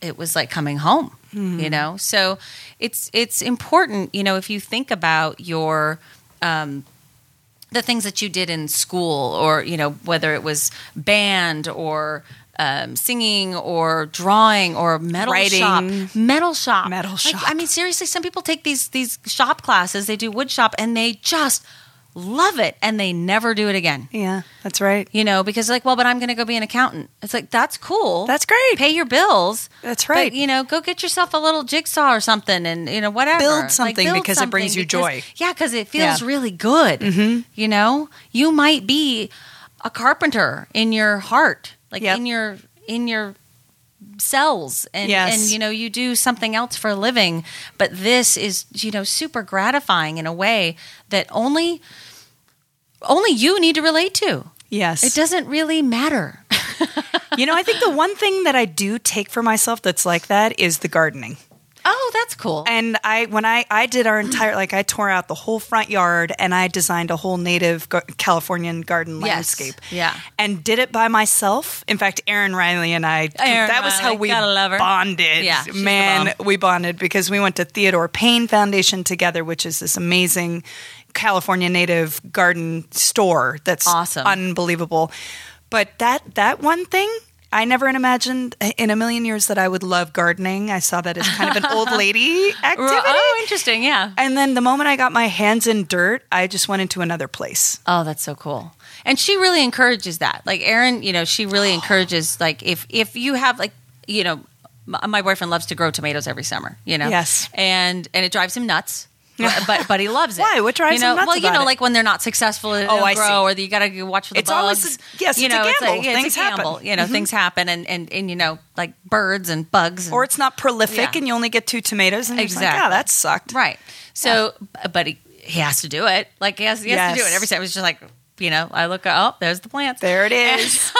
Speaker 1: it was like coming home
Speaker 2: Mm-hmm.
Speaker 1: you know so it's it's important you know if you think about your um the things that you did in school or you know whether it was band or um, singing or drawing or metal
Speaker 2: Writing.
Speaker 1: shop metal shop
Speaker 2: Metal
Speaker 1: Like,
Speaker 2: shop.
Speaker 1: i mean seriously some people take these these shop classes they do wood shop and they just love it and they never do it again
Speaker 2: Yeah, that's right.
Speaker 1: you know, because like, well, but I'm going to go be an accountant. It's like that's cool.
Speaker 2: That's great.
Speaker 1: Pay your bills.
Speaker 2: That's
Speaker 1: But,
Speaker 2: right.
Speaker 1: you know, go get yourself a little jigsaw or something, and you know, whatever.
Speaker 2: Build
Speaker 1: Like,
Speaker 2: something because it brings you
Speaker 1: because-
Speaker 2: joy.
Speaker 1: Yeah, because it feels
Speaker 2: Yeah. Mm-hmm.
Speaker 1: really good. You know, you might be a carpenter in your heart, like
Speaker 2: Yep.
Speaker 1: in your in your cells and
Speaker 2: Yes.
Speaker 1: and you know you do something else for a living but this is you know super gratifying in a way that only only you need to relate to
Speaker 2: Yes.
Speaker 1: it doesn't really matter.
Speaker 2: You know, I think the one thing that I do take for myself that's like that is the gardening.
Speaker 1: Oh, that's cool.
Speaker 2: And I when I I did our entire like I tore out the whole front yard and I designed a whole native gar- Californian garden
Speaker 1: Yes.
Speaker 2: landscape.
Speaker 1: Yeah.
Speaker 2: And did it by myself. In fact, Erin Riley and I
Speaker 1: Erin
Speaker 2: that was how
Speaker 1: Riley,
Speaker 2: we
Speaker 1: gotta love her.
Speaker 2: bonded.
Speaker 1: Yeah, she's the
Speaker 2: Man,
Speaker 1: bomb.
Speaker 2: we bonded because we went to Theodore Payne Foundation together, which is this amazing California native garden store that's
Speaker 1: Awesome.
Speaker 2: unbelievable. But that that one thing I never imagined in a million years that I would love gardening. I saw that as kind of an old lady activity.
Speaker 1: oh, interesting. Yeah.
Speaker 2: And then the moment I got my hands in dirt, I just went into another place.
Speaker 1: Oh, that's so cool. And she really encourages that. Like Erin, you know, she really encourages like if if you have like, you know, my, my boyfriend loves to grow tomatoes every summer, you know.
Speaker 2: Yes.
Speaker 1: And and it drives him nuts. but but- but he loves it.
Speaker 2: Why? What drives
Speaker 1: you know,
Speaker 2: him nuts
Speaker 1: Well, you
Speaker 2: about
Speaker 1: know,
Speaker 2: it?
Speaker 1: like when they're not successful, it
Speaker 2: Oh, I see.
Speaker 1: grow, or you got to watch for the
Speaker 2: It's always
Speaker 1: bugs.
Speaker 2: a- yes,
Speaker 1: you
Speaker 2: it's a
Speaker 1: know,
Speaker 2: gamble.
Speaker 1: It's a, yeah,
Speaker 2: Things
Speaker 1: it's a gamble.
Speaker 2: happen. Mm-hmm.
Speaker 1: You know, things happen, and, and and you know, like birds and bugs, and,
Speaker 2: Or it's not prolific
Speaker 1: Yeah.
Speaker 2: and you only get two tomatoes and you're just like, yeah,
Speaker 1: Exactly.
Speaker 2: that sucked.
Speaker 1: Right. So, b- but he, he has to do it. Like he has, he has to
Speaker 2: Yes.
Speaker 1: do it every time. It's just like you know, I look up. Oh, there's the plants.
Speaker 2: There it is.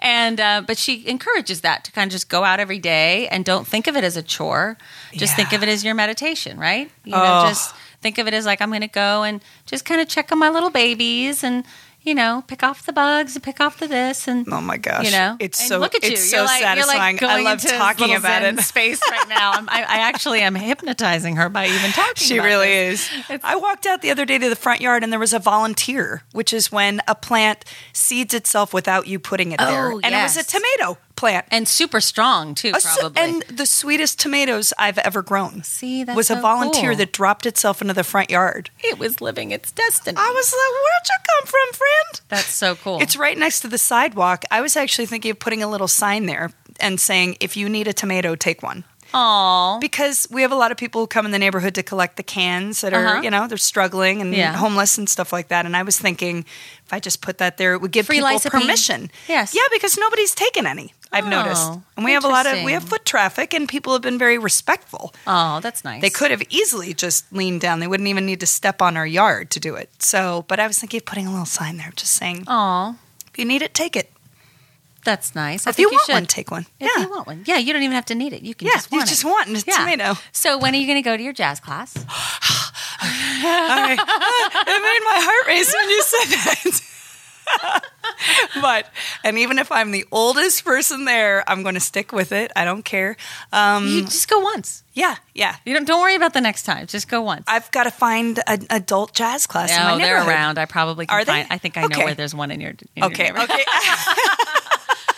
Speaker 1: And uh, but she encourages that to kind of just go out every day and don't think of it as a chore. Just think
Speaker 2: Yeah.
Speaker 1: of it as your meditation, right? You
Speaker 2: Oh.
Speaker 1: know, just think of it as like I'm going to go and just kind of check on my little babies and you know pick off the bugs and pick off the this and
Speaker 2: Oh my gosh.
Speaker 1: you know,
Speaker 2: it's
Speaker 1: And
Speaker 2: so
Speaker 1: look at you.
Speaker 2: it's so
Speaker 1: You're like- you're like
Speaker 2: satisfying. I
Speaker 1: going
Speaker 2: love
Speaker 1: into this
Speaker 2: talking
Speaker 1: little
Speaker 2: about
Speaker 1: zen
Speaker 2: it.
Speaker 1: Space right now. I'm, I, I actually am hypnotizing her by even talking.
Speaker 2: She
Speaker 1: about
Speaker 2: really
Speaker 1: this.
Speaker 2: is. I walked out the other day to the front yard and there was a volunteer, which is when a plant seeds itself without you putting it there.
Speaker 1: Oh,
Speaker 2: And it was
Speaker 1: yes.
Speaker 2: a tomato plant.
Speaker 1: and super strong too.
Speaker 2: A s-
Speaker 1: Probably.
Speaker 2: And the sweetest tomatoes I've ever grown.
Speaker 1: See, that's
Speaker 2: was a
Speaker 1: so
Speaker 2: volunteer
Speaker 1: cool.
Speaker 2: that dropped itself into the front yard.
Speaker 1: it was living its destiny.
Speaker 2: I was like, "Where'd you come from, friend?"
Speaker 1: That's so cool.
Speaker 2: It's right next to the sidewalk. I was actually thinking of putting a little sign there and saying, "If you need a tomato, take one."
Speaker 1: Aw.
Speaker 2: Because we have a lot of people who come in the neighborhood to collect the cans that are,
Speaker 1: Uh-huh.
Speaker 2: you know, they're struggling and
Speaker 1: Yeah.
Speaker 2: homeless and stuff like that. And I was thinking, if I just put that there, it would give
Speaker 1: Free
Speaker 2: people
Speaker 1: lycopene?
Speaker 2: permission.
Speaker 1: Yes.
Speaker 2: Yeah, because nobody's taken any. I've noticed,
Speaker 1: Oh,
Speaker 2: and we have a lot of we
Speaker 1: interesting.
Speaker 2: have foot traffic, and people have been very respectful.
Speaker 1: Oh, that's nice.
Speaker 2: They could have easily just leaned down. They wouldn't even need to step on our yard to do it. So, but I was thinking of putting a little sign there, just saying,
Speaker 1: Aw,
Speaker 2: if you need it, take it.
Speaker 1: that's nice. I
Speaker 2: If you
Speaker 1: think
Speaker 2: want
Speaker 1: should.
Speaker 2: one, take one.
Speaker 1: If
Speaker 2: yeah.
Speaker 1: you want one, yeah, you don't even have to need it. You can
Speaker 2: Yeah,
Speaker 1: just
Speaker 2: you
Speaker 1: want
Speaker 2: just
Speaker 1: it.
Speaker 2: want a tomato.
Speaker 1: So when are you going to go to your jazz class?
Speaker 2: Sorry. it made my heart race when you said that. but, and even if I'm the oldest person there, I'm going to stick with it. I don't care. Um,
Speaker 1: You just go once.
Speaker 2: yeah, yeah.
Speaker 1: You don't. Don't worry about the next time. Just go once.
Speaker 2: I've got to find an adult jazz class in my
Speaker 1: no, they're
Speaker 2: neighborhood.
Speaker 1: around. I probably can
Speaker 2: Are they?
Speaker 1: find. I think I
Speaker 2: Okay.
Speaker 1: know where there's one in your. In your
Speaker 2: Okay,
Speaker 1: neighborhood.
Speaker 2: okay.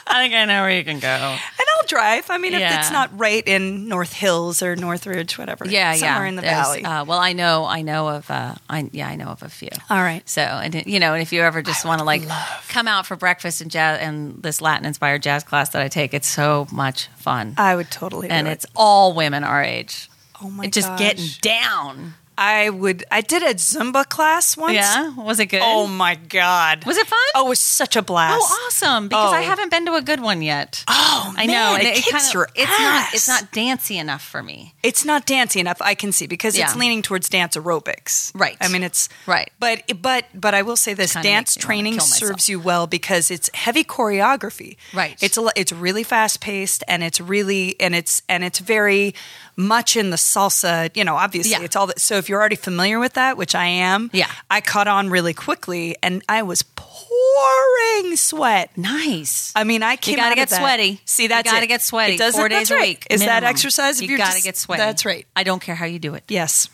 Speaker 1: I think I know where you can go.
Speaker 2: And I'll drive. I mean, if
Speaker 1: Yeah.
Speaker 2: it's not right in North Hills or Northridge, whatever.
Speaker 1: Yeah, yeah.
Speaker 2: somewhere in the
Speaker 1: There's,
Speaker 2: valley.
Speaker 1: Uh, well, I know, I know of, uh, I yeah, I know of a few.
Speaker 2: All right.
Speaker 1: So, and you know, and if you ever just want to like come out for breakfast and jazz and this Latin inspired jazz class that I take, it's so much fun,
Speaker 2: I would totally.
Speaker 1: and
Speaker 2: do
Speaker 1: it's all women our age.
Speaker 2: it. oh my
Speaker 1: It's just
Speaker 2: gosh.
Speaker 1: getting down.
Speaker 2: I would. I did a Zumba class once.
Speaker 1: Yeah, was it good?
Speaker 2: Oh my god.
Speaker 1: Was it fun?
Speaker 2: Oh, it was such a blast.
Speaker 1: Oh, awesome! Because I
Speaker 2: Oh.
Speaker 1: haven't been to a good one yet.
Speaker 2: Oh,
Speaker 1: I
Speaker 2: man,
Speaker 1: know. and
Speaker 2: it kicks
Speaker 1: kinda-
Speaker 2: your
Speaker 1: it's not. It's
Speaker 2: ass.
Speaker 1: not dancey enough for me.
Speaker 2: It's not dancey enough. I can see because it's
Speaker 1: Yeah.
Speaker 2: leaning towards dance aerobics.
Speaker 1: Right.
Speaker 2: I mean, it's
Speaker 1: Right.
Speaker 2: But but but I will say this:
Speaker 1: kinda
Speaker 2: dance
Speaker 1: makes me wanna
Speaker 2: training
Speaker 1: kill myself.
Speaker 2: serves you well because it's heavy choreography.
Speaker 1: Right.
Speaker 2: It's a, lo- it's really fast paced and it's really and it's and it's very much in the salsa. You know, obviously
Speaker 1: Yeah.
Speaker 2: it's all that. So if you're already familiar with that, which I am,
Speaker 1: Yeah.
Speaker 2: I caught on really quickly and I was pouring sweat.
Speaker 1: Nice.
Speaker 2: I mean, I came
Speaker 1: gotta
Speaker 2: out of
Speaker 1: get
Speaker 2: that-
Speaker 1: sweaty.
Speaker 2: See,
Speaker 1: You
Speaker 2: that's
Speaker 1: gotta
Speaker 2: it.
Speaker 1: get sweaty.
Speaker 2: It doesn't-
Speaker 1: Four days
Speaker 2: that's
Speaker 1: a
Speaker 2: right.
Speaker 1: week
Speaker 2: Is that
Speaker 1: minimum.
Speaker 2: exercise? If
Speaker 1: you
Speaker 2: you're
Speaker 1: gotta
Speaker 2: just-
Speaker 1: get sweaty.
Speaker 2: That's right.
Speaker 1: I don't care how you do it.
Speaker 2: Yes.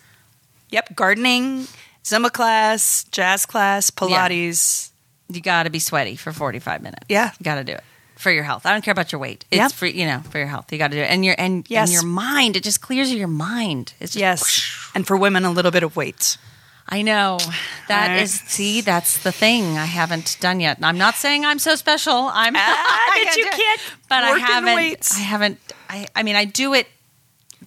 Speaker 2: Yep. Gardening, Zumba class, jazz class, Pilates.
Speaker 1: you got to be sweaty for 45 minutes.
Speaker 2: Yeah.
Speaker 1: You got to do it for your health. I don't care about your weight. It's
Speaker 2: Yep.
Speaker 1: for, you know, for your health. You got to do it. And your, and,
Speaker 2: Yes.
Speaker 1: and your mind, it just clears your mind. It's just,
Speaker 2: Yes. And for women, a little bit of weight.
Speaker 1: I know. That
Speaker 2: Alright.
Speaker 1: is, see, that's the thing I haven't done yet. And I'm not saying I'm so special. I'm,
Speaker 2: Ah,
Speaker 1: I
Speaker 2: but
Speaker 1: gotta
Speaker 2: you
Speaker 1: do it.
Speaker 2: can't
Speaker 1: but I
Speaker 2: work in the
Speaker 1: haven't,
Speaker 2: weights.
Speaker 1: I haven't, I, I mean, I do it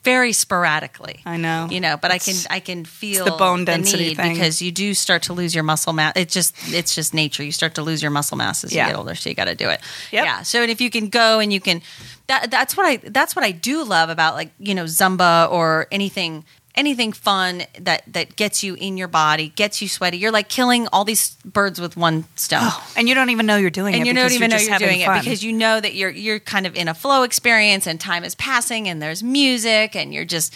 Speaker 1: very sporadically.
Speaker 2: I know.
Speaker 1: You know, but I can
Speaker 2: It's-
Speaker 1: I can feel
Speaker 2: bone density
Speaker 1: need
Speaker 2: thing.
Speaker 1: because you do start to lose your muscle mass. It's just it's just nature. You start to lose your muscle mass as
Speaker 2: Yeah.
Speaker 1: you get older, so you got to do it.
Speaker 2: Yep.
Speaker 1: Yeah. So and if you can go and you can that that's what I that's what I do love about like, you know, Zumba or anything anything fun that that gets you in your body, gets you sweaty. You're like killing all these birds with one stone.
Speaker 2: and you don't even know you're doing
Speaker 1: Oh. and
Speaker 2: it.
Speaker 1: you don't
Speaker 2: Oh, because
Speaker 1: even know
Speaker 2: just
Speaker 1: you're
Speaker 2: having
Speaker 1: doing
Speaker 2: fun.
Speaker 1: it because you know that you're you're kind of in a flow experience and time is passing and there's music and you're just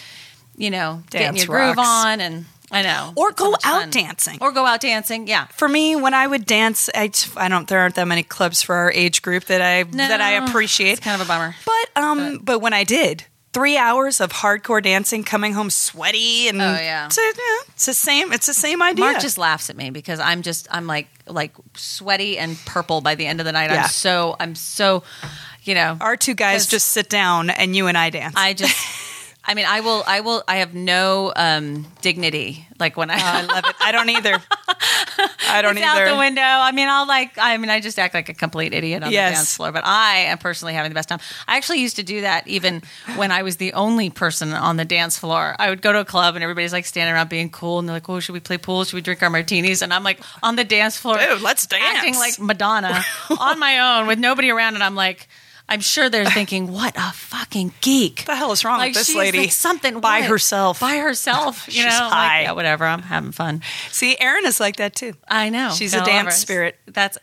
Speaker 1: you know getting
Speaker 2: Dance
Speaker 1: your groove
Speaker 2: rocks.
Speaker 1: on and I know
Speaker 2: Or
Speaker 1: It's so
Speaker 2: go
Speaker 1: much
Speaker 2: out
Speaker 1: fun.
Speaker 2: dancing.
Speaker 1: or go out dancing yeah
Speaker 2: for me, when I would dance, I, I don't. There aren't that many clubs for our age group that I that I
Speaker 1: No,
Speaker 2: appreciate.
Speaker 1: it's kind of a bummer.
Speaker 2: But um, but, when I did three hours of hardcore dancing, coming home sweaty and
Speaker 1: Oh, yeah.
Speaker 2: it's, a- yeah, it's the same. It's the same idea.
Speaker 1: Mark just laughs at me because I'm just I'm like like sweaty and purple by the end of the night
Speaker 2: Yeah.
Speaker 1: I'm so I'm so you know
Speaker 2: our two guys
Speaker 1: 'cause-
Speaker 2: just sit down and you and I dance.
Speaker 1: I just I mean I will I will I have no um dignity like when I
Speaker 2: Oh, I love it. I don't either. I don't
Speaker 1: it's
Speaker 2: either.
Speaker 1: out the window. I mean, I'll like. I mean, I just act like a complete idiot on
Speaker 2: Yes.
Speaker 1: the dance floor. But I am personally having the best time. I actually used to do that even when I was the only person on the dance floor. I would go to a club and everybody's like standing around being cool and they're like, "Oh, should we play pool? Should we drink our martinis?" And I'm like on the dance floor,
Speaker 2: Dude, let's dance.
Speaker 1: acting like Madonna on my own with nobody around, and I'm like. I'm sure they're thinking, "What a fucking geek!"
Speaker 2: the hell is wrong
Speaker 1: Like
Speaker 2: with this
Speaker 1: she's
Speaker 2: lady?
Speaker 1: like something
Speaker 2: by
Speaker 1: what?
Speaker 2: herself.
Speaker 1: By herself, you
Speaker 2: She's
Speaker 1: know. Like,
Speaker 2: high.
Speaker 1: yeah, whatever. I'm having fun.
Speaker 2: See, Erin is like that too.
Speaker 1: I know.
Speaker 2: She's
Speaker 1: Gotta
Speaker 2: a
Speaker 1: love
Speaker 2: dance
Speaker 1: her.
Speaker 2: spirit.
Speaker 1: That's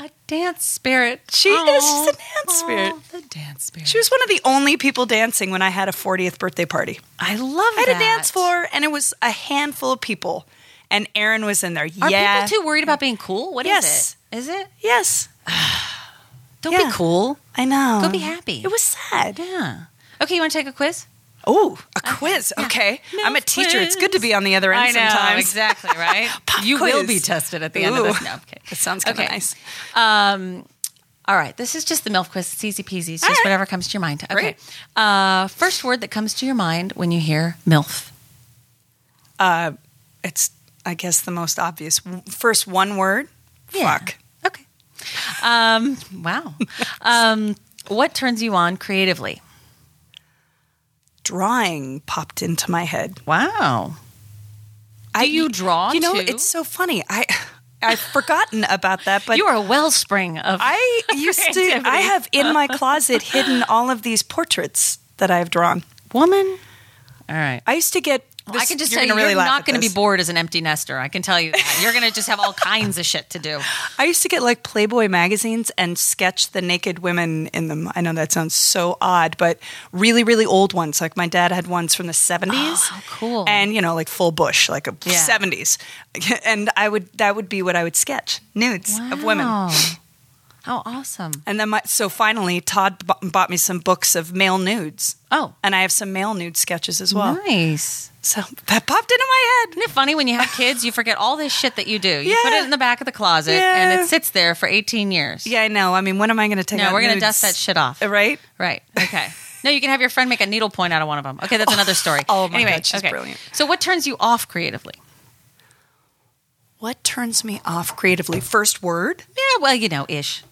Speaker 1: a dance spirit.
Speaker 2: She is. She's a dance spirit.
Speaker 1: Aw, The dance spirit.
Speaker 2: She was one of the only people dancing when I had a 40th birthday party.
Speaker 1: I love
Speaker 2: I had
Speaker 1: that.
Speaker 2: a dance floor, and it was a handful of people, and Erin was in there.
Speaker 1: Are
Speaker 2: yeah.
Speaker 1: people too worried about being cool? What is
Speaker 2: Yes.
Speaker 1: it? Is it?
Speaker 2: Yes,
Speaker 1: Don't
Speaker 2: Yeah.
Speaker 1: be cool.
Speaker 2: I know.
Speaker 1: Go be happy.
Speaker 2: It was sad.
Speaker 1: Yeah. Okay, you want to take a quiz?
Speaker 2: Oh, a
Speaker 1: Uh,
Speaker 2: quiz. Okay, I'm a
Speaker 1: Math
Speaker 2: teacher. It's good to
Speaker 1: quiz.
Speaker 2: be on the other end sometimes.
Speaker 1: exactly, right?
Speaker 2: Pop
Speaker 1: you will
Speaker 2: quiz.
Speaker 1: be tested at the end of
Speaker 2: Ooh.
Speaker 1: this. No, I'm kidding.
Speaker 2: That sounds kind of
Speaker 1: Okay.
Speaker 2: nice.
Speaker 1: Um, all right, this is just the MILF quiz. It's easy peasy. It's just
Speaker 2: All right.
Speaker 1: whatever comes to your mind. Okay.
Speaker 2: Great.
Speaker 1: Uh, first word that comes to your mind when you hear MILF.
Speaker 2: Uh, it's, I guess, the most obvious. First one word.
Speaker 1: Yeah.
Speaker 2: Fuck.
Speaker 1: Okay. Um, wow. Um, what turns you on creatively?
Speaker 2: Drawing popped into my head.
Speaker 1: Wow. Do you draw?
Speaker 2: You know,
Speaker 1: too?
Speaker 2: it's so funny. I I've forgotten about that, but
Speaker 1: you are a wellspring of.
Speaker 2: I used to. I
Speaker 1: Creativity.
Speaker 2: have in my closet hidden all of these portraits that I've drawn.
Speaker 1: woman. All right.
Speaker 2: I used to get. This,
Speaker 1: I can just
Speaker 2: you're
Speaker 1: say
Speaker 2: gonna really
Speaker 1: you're
Speaker 2: laugh
Speaker 1: not
Speaker 2: at
Speaker 1: going to be
Speaker 2: this.
Speaker 1: bored as an empty nester. I can tell you that. You're going to just have all kinds of shit to do.
Speaker 2: I used to get like Playboy magazines and sketch the naked women in them. I know that sounds so odd, but really, really old ones. Like my dad had ones from the 70s.
Speaker 1: how cool.
Speaker 2: And, you know, like full bush, like a
Speaker 1: Yeah.
Speaker 2: 70s. And I would, that would be what I would sketch nudes of women.
Speaker 1: Wow. How awesome.
Speaker 2: And then my, so finally, Todd b- bought me some books of male nudes.
Speaker 1: Oh.
Speaker 2: And I have some male nude sketches as well.
Speaker 1: Nice.
Speaker 2: So that popped into my head.
Speaker 1: Isn't it funny when you have kids, you forget all this shit that you do. You put
Speaker 2: Yeah.
Speaker 1: it in the back of the closet and
Speaker 2: Yeah.
Speaker 1: it sits there for 18 years.
Speaker 2: Yeah, I know. I mean, when am I going to take
Speaker 1: No,
Speaker 2: out
Speaker 1: we're going to
Speaker 2: nudes? Uh,
Speaker 1: dust that shit off.
Speaker 2: Right?
Speaker 1: Right. Okay. No, you can have your friend make a needle point out of one of them. Okay, that's another story.
Speaker 2: Oh my
Speaker 1: anyway,
Speaker 2: God, she's
Speaker 1: okay.
Speaker 2: brilliant.
Speaker 1: So, what turns you off creatively?
Speaker 2: What turns me off creatively? First word?
Speaker 1: Yeah, well, you know, ish.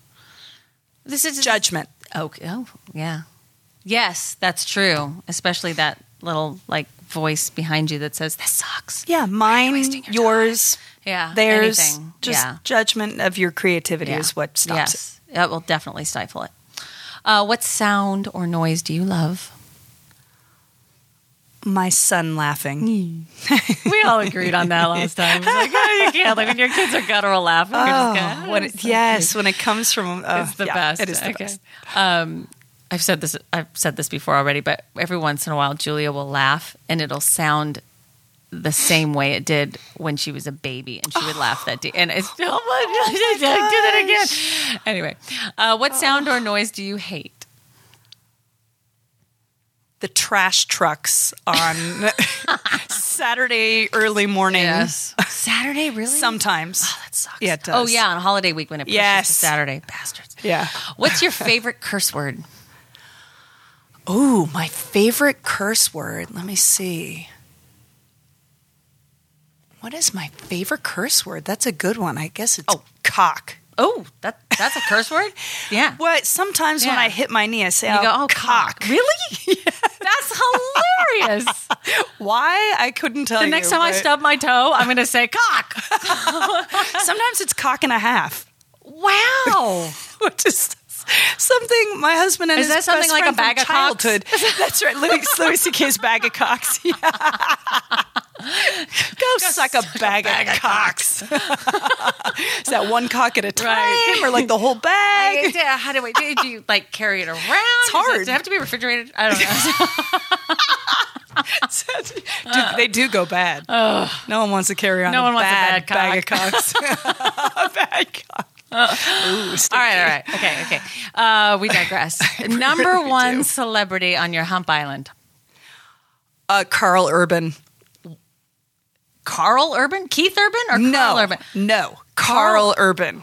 Speaker 1: This is
Speaker 2: Judgment.
Speaker 1: Okay. Oh, yeah. Yes, that's true. Especially that little like voice behind you that says, "This sucks."
Speaker 2: Yeah, mine,
Speaker 1: wasting your
Speaker 2: yours,
Speaker 1: Yeah.
Speaker 2: theirs.
Speaker 1: anything.
Speaker 2: Just
Speaker 1: yeah.
Speaker 2: judgment of your creativity
Speaker 1: yeah.
Speaker 2: is what stops it.
Speaker 1: yes. That will definitely stifle it. Uh, what sound or noise do you love?
Speaker 2: My son laughing.
Speaker 1: We all agreed on that last time. It's like, oh, you can't. Like when your kids are guttural laughing, you're just
Speaker 2: Oh,
Speaker 1: gonna-
Speaker 2: when it, yes, when it comes from, uh,
Speaker 1: it's the
Speaker 2: yeah,
Speaker 1: best.
Speaker 2: It is the
Speaker 1: Okay.
Speaker 2: best.
Speaker 1: Um, I've said this. I've said this before already, but every once in a while, Julia will laugh, and it'll sound the same way it did when she was a baby, and she would laugh that day. And it's oh my God, do that again. Anyway, uh, what sound or noise do you hate?
Speaker 2: The trash trucks on Saturday early mornings.
Speaker 1: Saturday really.
Speaker 2: Sometimes.
Speaker 1: that sucks.
Speaker 2: Yeah, it does.
Speaker 1: Oh yeah, on holiday week when it pushes
Speaker 2: Yes.
Speaker 1: to Saturday, bastards.
Speaker 2: Yeah.
Speaker 1: What's your favorite curse word?
Speaker 2: Ooh, my favorite curse word. Let me see. What is my favorite curse word? That's a good one. I guess it's oh. cock.
Speaker 1: Oh, that that's a curse word. Yeah.
Speaker 2: Well, sometimes when
Speaker 1: Yeah.
Speaker 2: I hit my knee, I say,
Speaker 1: You go, oh,
Speaker 2: cock.
Speaker 1: cock. Really? That's hilarious.
Speaker 2: Why? I couldn't tell
Speaker 1: the
Speaker 2: you.
Speaker 1: next time I
Speaker 2: but-
Speaker 1: stub my toe, I'm going to say cock.
Speaker 2: Sometimes it's cock and a half,
Speaker 1: Wow.
Speaker 2: which is something my husband and
Speaker 1: Is
Speaker 2: his
Speaker 1: that something
Speaker 2: best
Speaker 1: like a
Speaker 2: friend from
Speaker 1: bag of cocks?
Speaker 2: childhood. That's right, Louis, Louis C.K.'s bag of cocks. Yeah. Go suck a bag, of cocks. Is that one cock at a time,
Speaker 1: Right.
Speaker 2: or like the whole bag?
Speaker 1: Like, yeah, how do I do? you like carry it around? It's
Speaker 2: hard.
Speaker 1: Does it have to be refrigerated? I don't know.
Speaker 2: Dude, they do go bad. no one wants to carry on
Speaker 1: No
Speaker 2: a,
Speaker 1: one wants a
Speaker 2: bad
Speaker 1: bad
Speaker 2: bag of cocks. a bad cock. Ooh,
Speaker 1: all
Speaker 2: sticky.
Speaker 1: right, all right, okay, okay. Uh, we digress. Number one celebrity on your hump island.
Speaker 2: Uh, Carl Urban.
Speaker 1: Carl Urban, Keith Urban, or Carl
Speaker 2: No,
Speaker 1: Urban? Oh,
Speaker 2: no, Carl, Urban.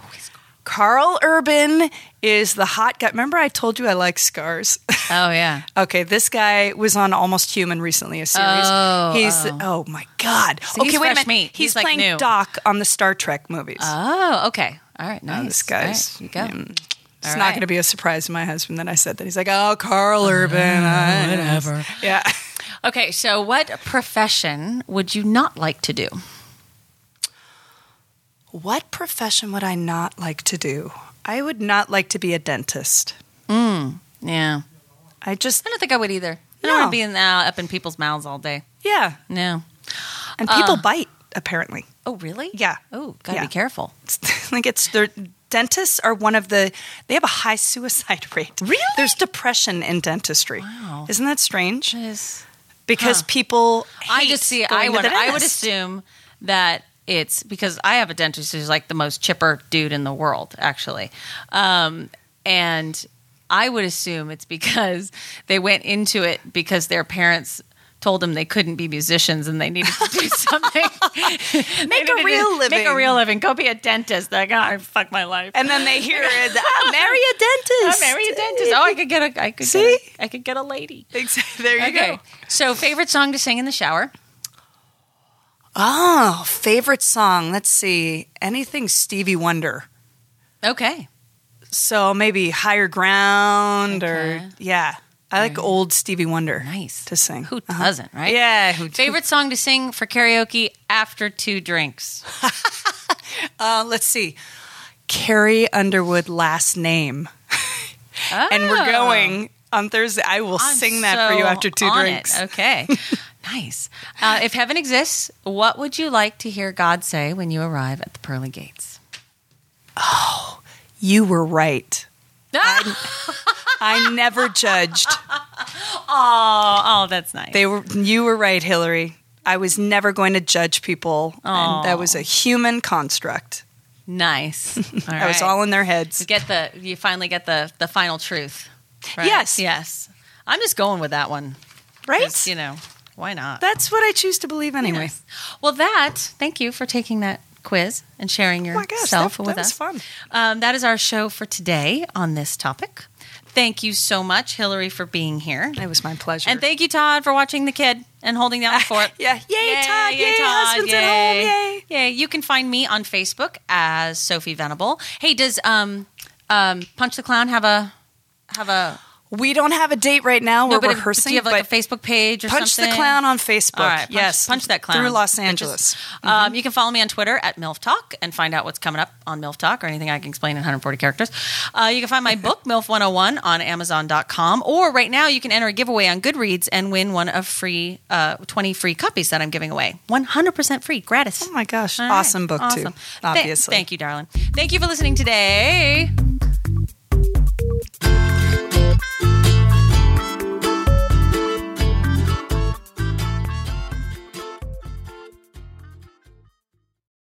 Speaker 2: Carl Urban is the hot guy. Remember, I told you I like scars.
Speaker 1: Oh yeah,
Speaker 2: okay, this guy was on Almost Human recently, a series.
Speaker 1: Oh,
Speaker 2: he's oh, my god. okay,
Speaker 1: he's
Speaker 2: wait a
Speaker 1: fresh
Speaker 2: minute.
Speaker 1: meat.
Speaker 2: He's,
Speaker 1: He's, like,
Speaker 2: playing
Speaker 1: new.
Speaker 2: Doc on the Star Trek movies.
Speaker 1: Oh, okay. All right. Nice.
Speaker 2: this guy's.
Speaker 1: All right, go.
Speaker 2: mm, It's
Speaker 1: All
Speaker 2: not
Speaker 1: right. Uh,
Speaker 2: going to be a surprise to my husband that I said that. He's like, "Oh, Carl Urban, I-
Speaker 1: Whatever.
Speaker 2: yeah."
Speaker 1: Okay. So, what profession would you not like to do?
Speaker 2: What profession would I not like to do? I would not like to be a dentist.
Speaker 1: Yeah.
Speaker 2: I just,
Speaker 1: I don't think I would either. I
Speaker 2: No.
Speaker 1: don't want to be in, uh, up in people's mouths all day.
Speaker 2: yeah,
Speaker 1: No.
Speaker 2: and people
Speaker 1: Ah.
Speaker 2: bite apparently.
Speaker 1: Oh, really?
Speaker 2: Yeah.
Speaker 1: Oh, gotta
Speaker 2: Yeah.
Speaker 1: be careful.
Speaker 2: It's- like it's their dentists are one of the they have a high suicide rate.
Speaker 1: Really?
Speaker 2: There's depression in dentistry. Wow. Isn't that strange? Because
Speaker 1: Huh.
Speaker 2: people
Speaker 1: I
Speaker 2: hate
Speaker 1: just see.
Speaker 2: going
Speaker 1: I
Speaker 2: to
Speaker 1: would.
Speaker 2: the
Speaker 1: I would
Speaker 2: dentist.
Speaker 1: assume that it's because I have a dentist who's like the most chipper dude in the world, actually, um, and I would assume it's because they went into it because their parents. Told them they couldn't be musicians and they needed to do something. They needed to Make a
Speaker 2: real living.
Speaker 1: real living. Go be a dentist. They're like, oh, fuck my life.
Speaker 2: And then they hear it, "Ah, marry a dentist.
Speaker 1: I'll marry a dentist. Oh, I could get a. I could
Speaker 2: See?
Speaker 1: Get a, I could get a lady.
Speaker 2: Exactly. There you
Speaker 1: Okay.
Speaker 2: go.
Speaker 1: So, favorite song to sing in the shower?
Speaker 2: Oh, favorite song. Let's see. Anything Stevie Wonder.
Speaker 1: Okay.
Speaker 2: So maybe Higher Ground
Speaker 1: Okay.
Speaker 2: or yeah. I like old Stevie Wonder.
Speaker 1: Nice.
Speaker 2: to sing. Uh-huh.
Speaker 1: Who doesn't, right?
Speaker 2: Yeah, who
Speaker 1: Favorite song to sing for karaoke after two drinks?
Speaker 2: Uh, let's see. Carrie Underwood last name. And we're
Speaker 1: Oh.
Speaker 2: going on Thursday. I will
Speaker 1: I'm
Speaker 2: sing that for you
Speaker 1: so
Speaker 2: after two
Speaker 1: on it.
Speaker 2: drinks.
Speaker 1: Okay. nice. Uh, if heaven exists, what would you like to hear God say when you arrive at the pearly gates?
Speaker 2: You were right.
Speaker 1: oh,
Speaker 2: I never judged.
Speaker 1: oh, that's nice.
Speaker 2: They were you were right, Hillary. I was never going to judge people. And that was a human construct.
Speaker 1: nice. All
Speaker 2: That was all in their heads.
Speaker 1: Get the you finally get the the final truth. right?
Speaker 2: Yes.
Speaker 1: Yes. I'm just going with that one. 'cause,
Speaker 2: Right?
Speaker 1: You know, why not?
Speaker 2: That's what I choose to believe anyway.
Speaker 1: Nice. Well, that, thank you for taking that quiz and sharing
Speaker 2: Oh my gosh,
Speaker 1: yourself
Speaker 2: that-
Speaker 1: with
Speaker 2: that was
Speaker 1: us.
Speaker 2: fun.
Speaker 1: Um, that is our show for today on this topic. Thank you so much, Hillary, for being here.
Speaker 2: It was my pleasure.
Speaker 1: And thank you, Todd, for watching the kid and holding down the fort.
Speaker 2: Yeah. Yay, Todd. Yay, husband's at home. Yay.
Speaker 1: Yay. You can find me on Facebook as Sophie Venable. Hey, does um, um, Punch the Clown have a have a
Speaker 2: we don't have a date right now. We're
Speaker 1: no, but if-
Speaker 2: rehearsing.
Speaker 1: Do you have like
Speaker 2: but
Speaker 1: a Facebook page or
Speaker 2: Punch
Speaker 1: something?
Speaker 2: the clown on Facebook.
Speaker 1: All right, punch,
Speaker 2: yes,
Speaker 1: punch that clown
Speaker 2: through Los
Speaker 1: Bitches.
Speaker 2: Angeles. Mm-hmm.
Speaker 1: Um, you can follow me on Twitter at MILF Talk and find out what's coming up on MILF Talk or anything I can explain in 140 characters. Uh, you can find my book MILF 101 on Amazon.com or right now you can enter a giveaway on Goodreads and win one of free uh, 20 free copies that I'm giving away. 100% free, gratis.
Speaker 2: Oh my gosh,
Speaker 1: All right.
Speaker 2: awesome book
Speaker 1: Awesome.
Speaker 2: too.
Speaker 1: Th-
Speaker 2: Obviously,
Speaker 1: thank you, darling. Thank you for listening today.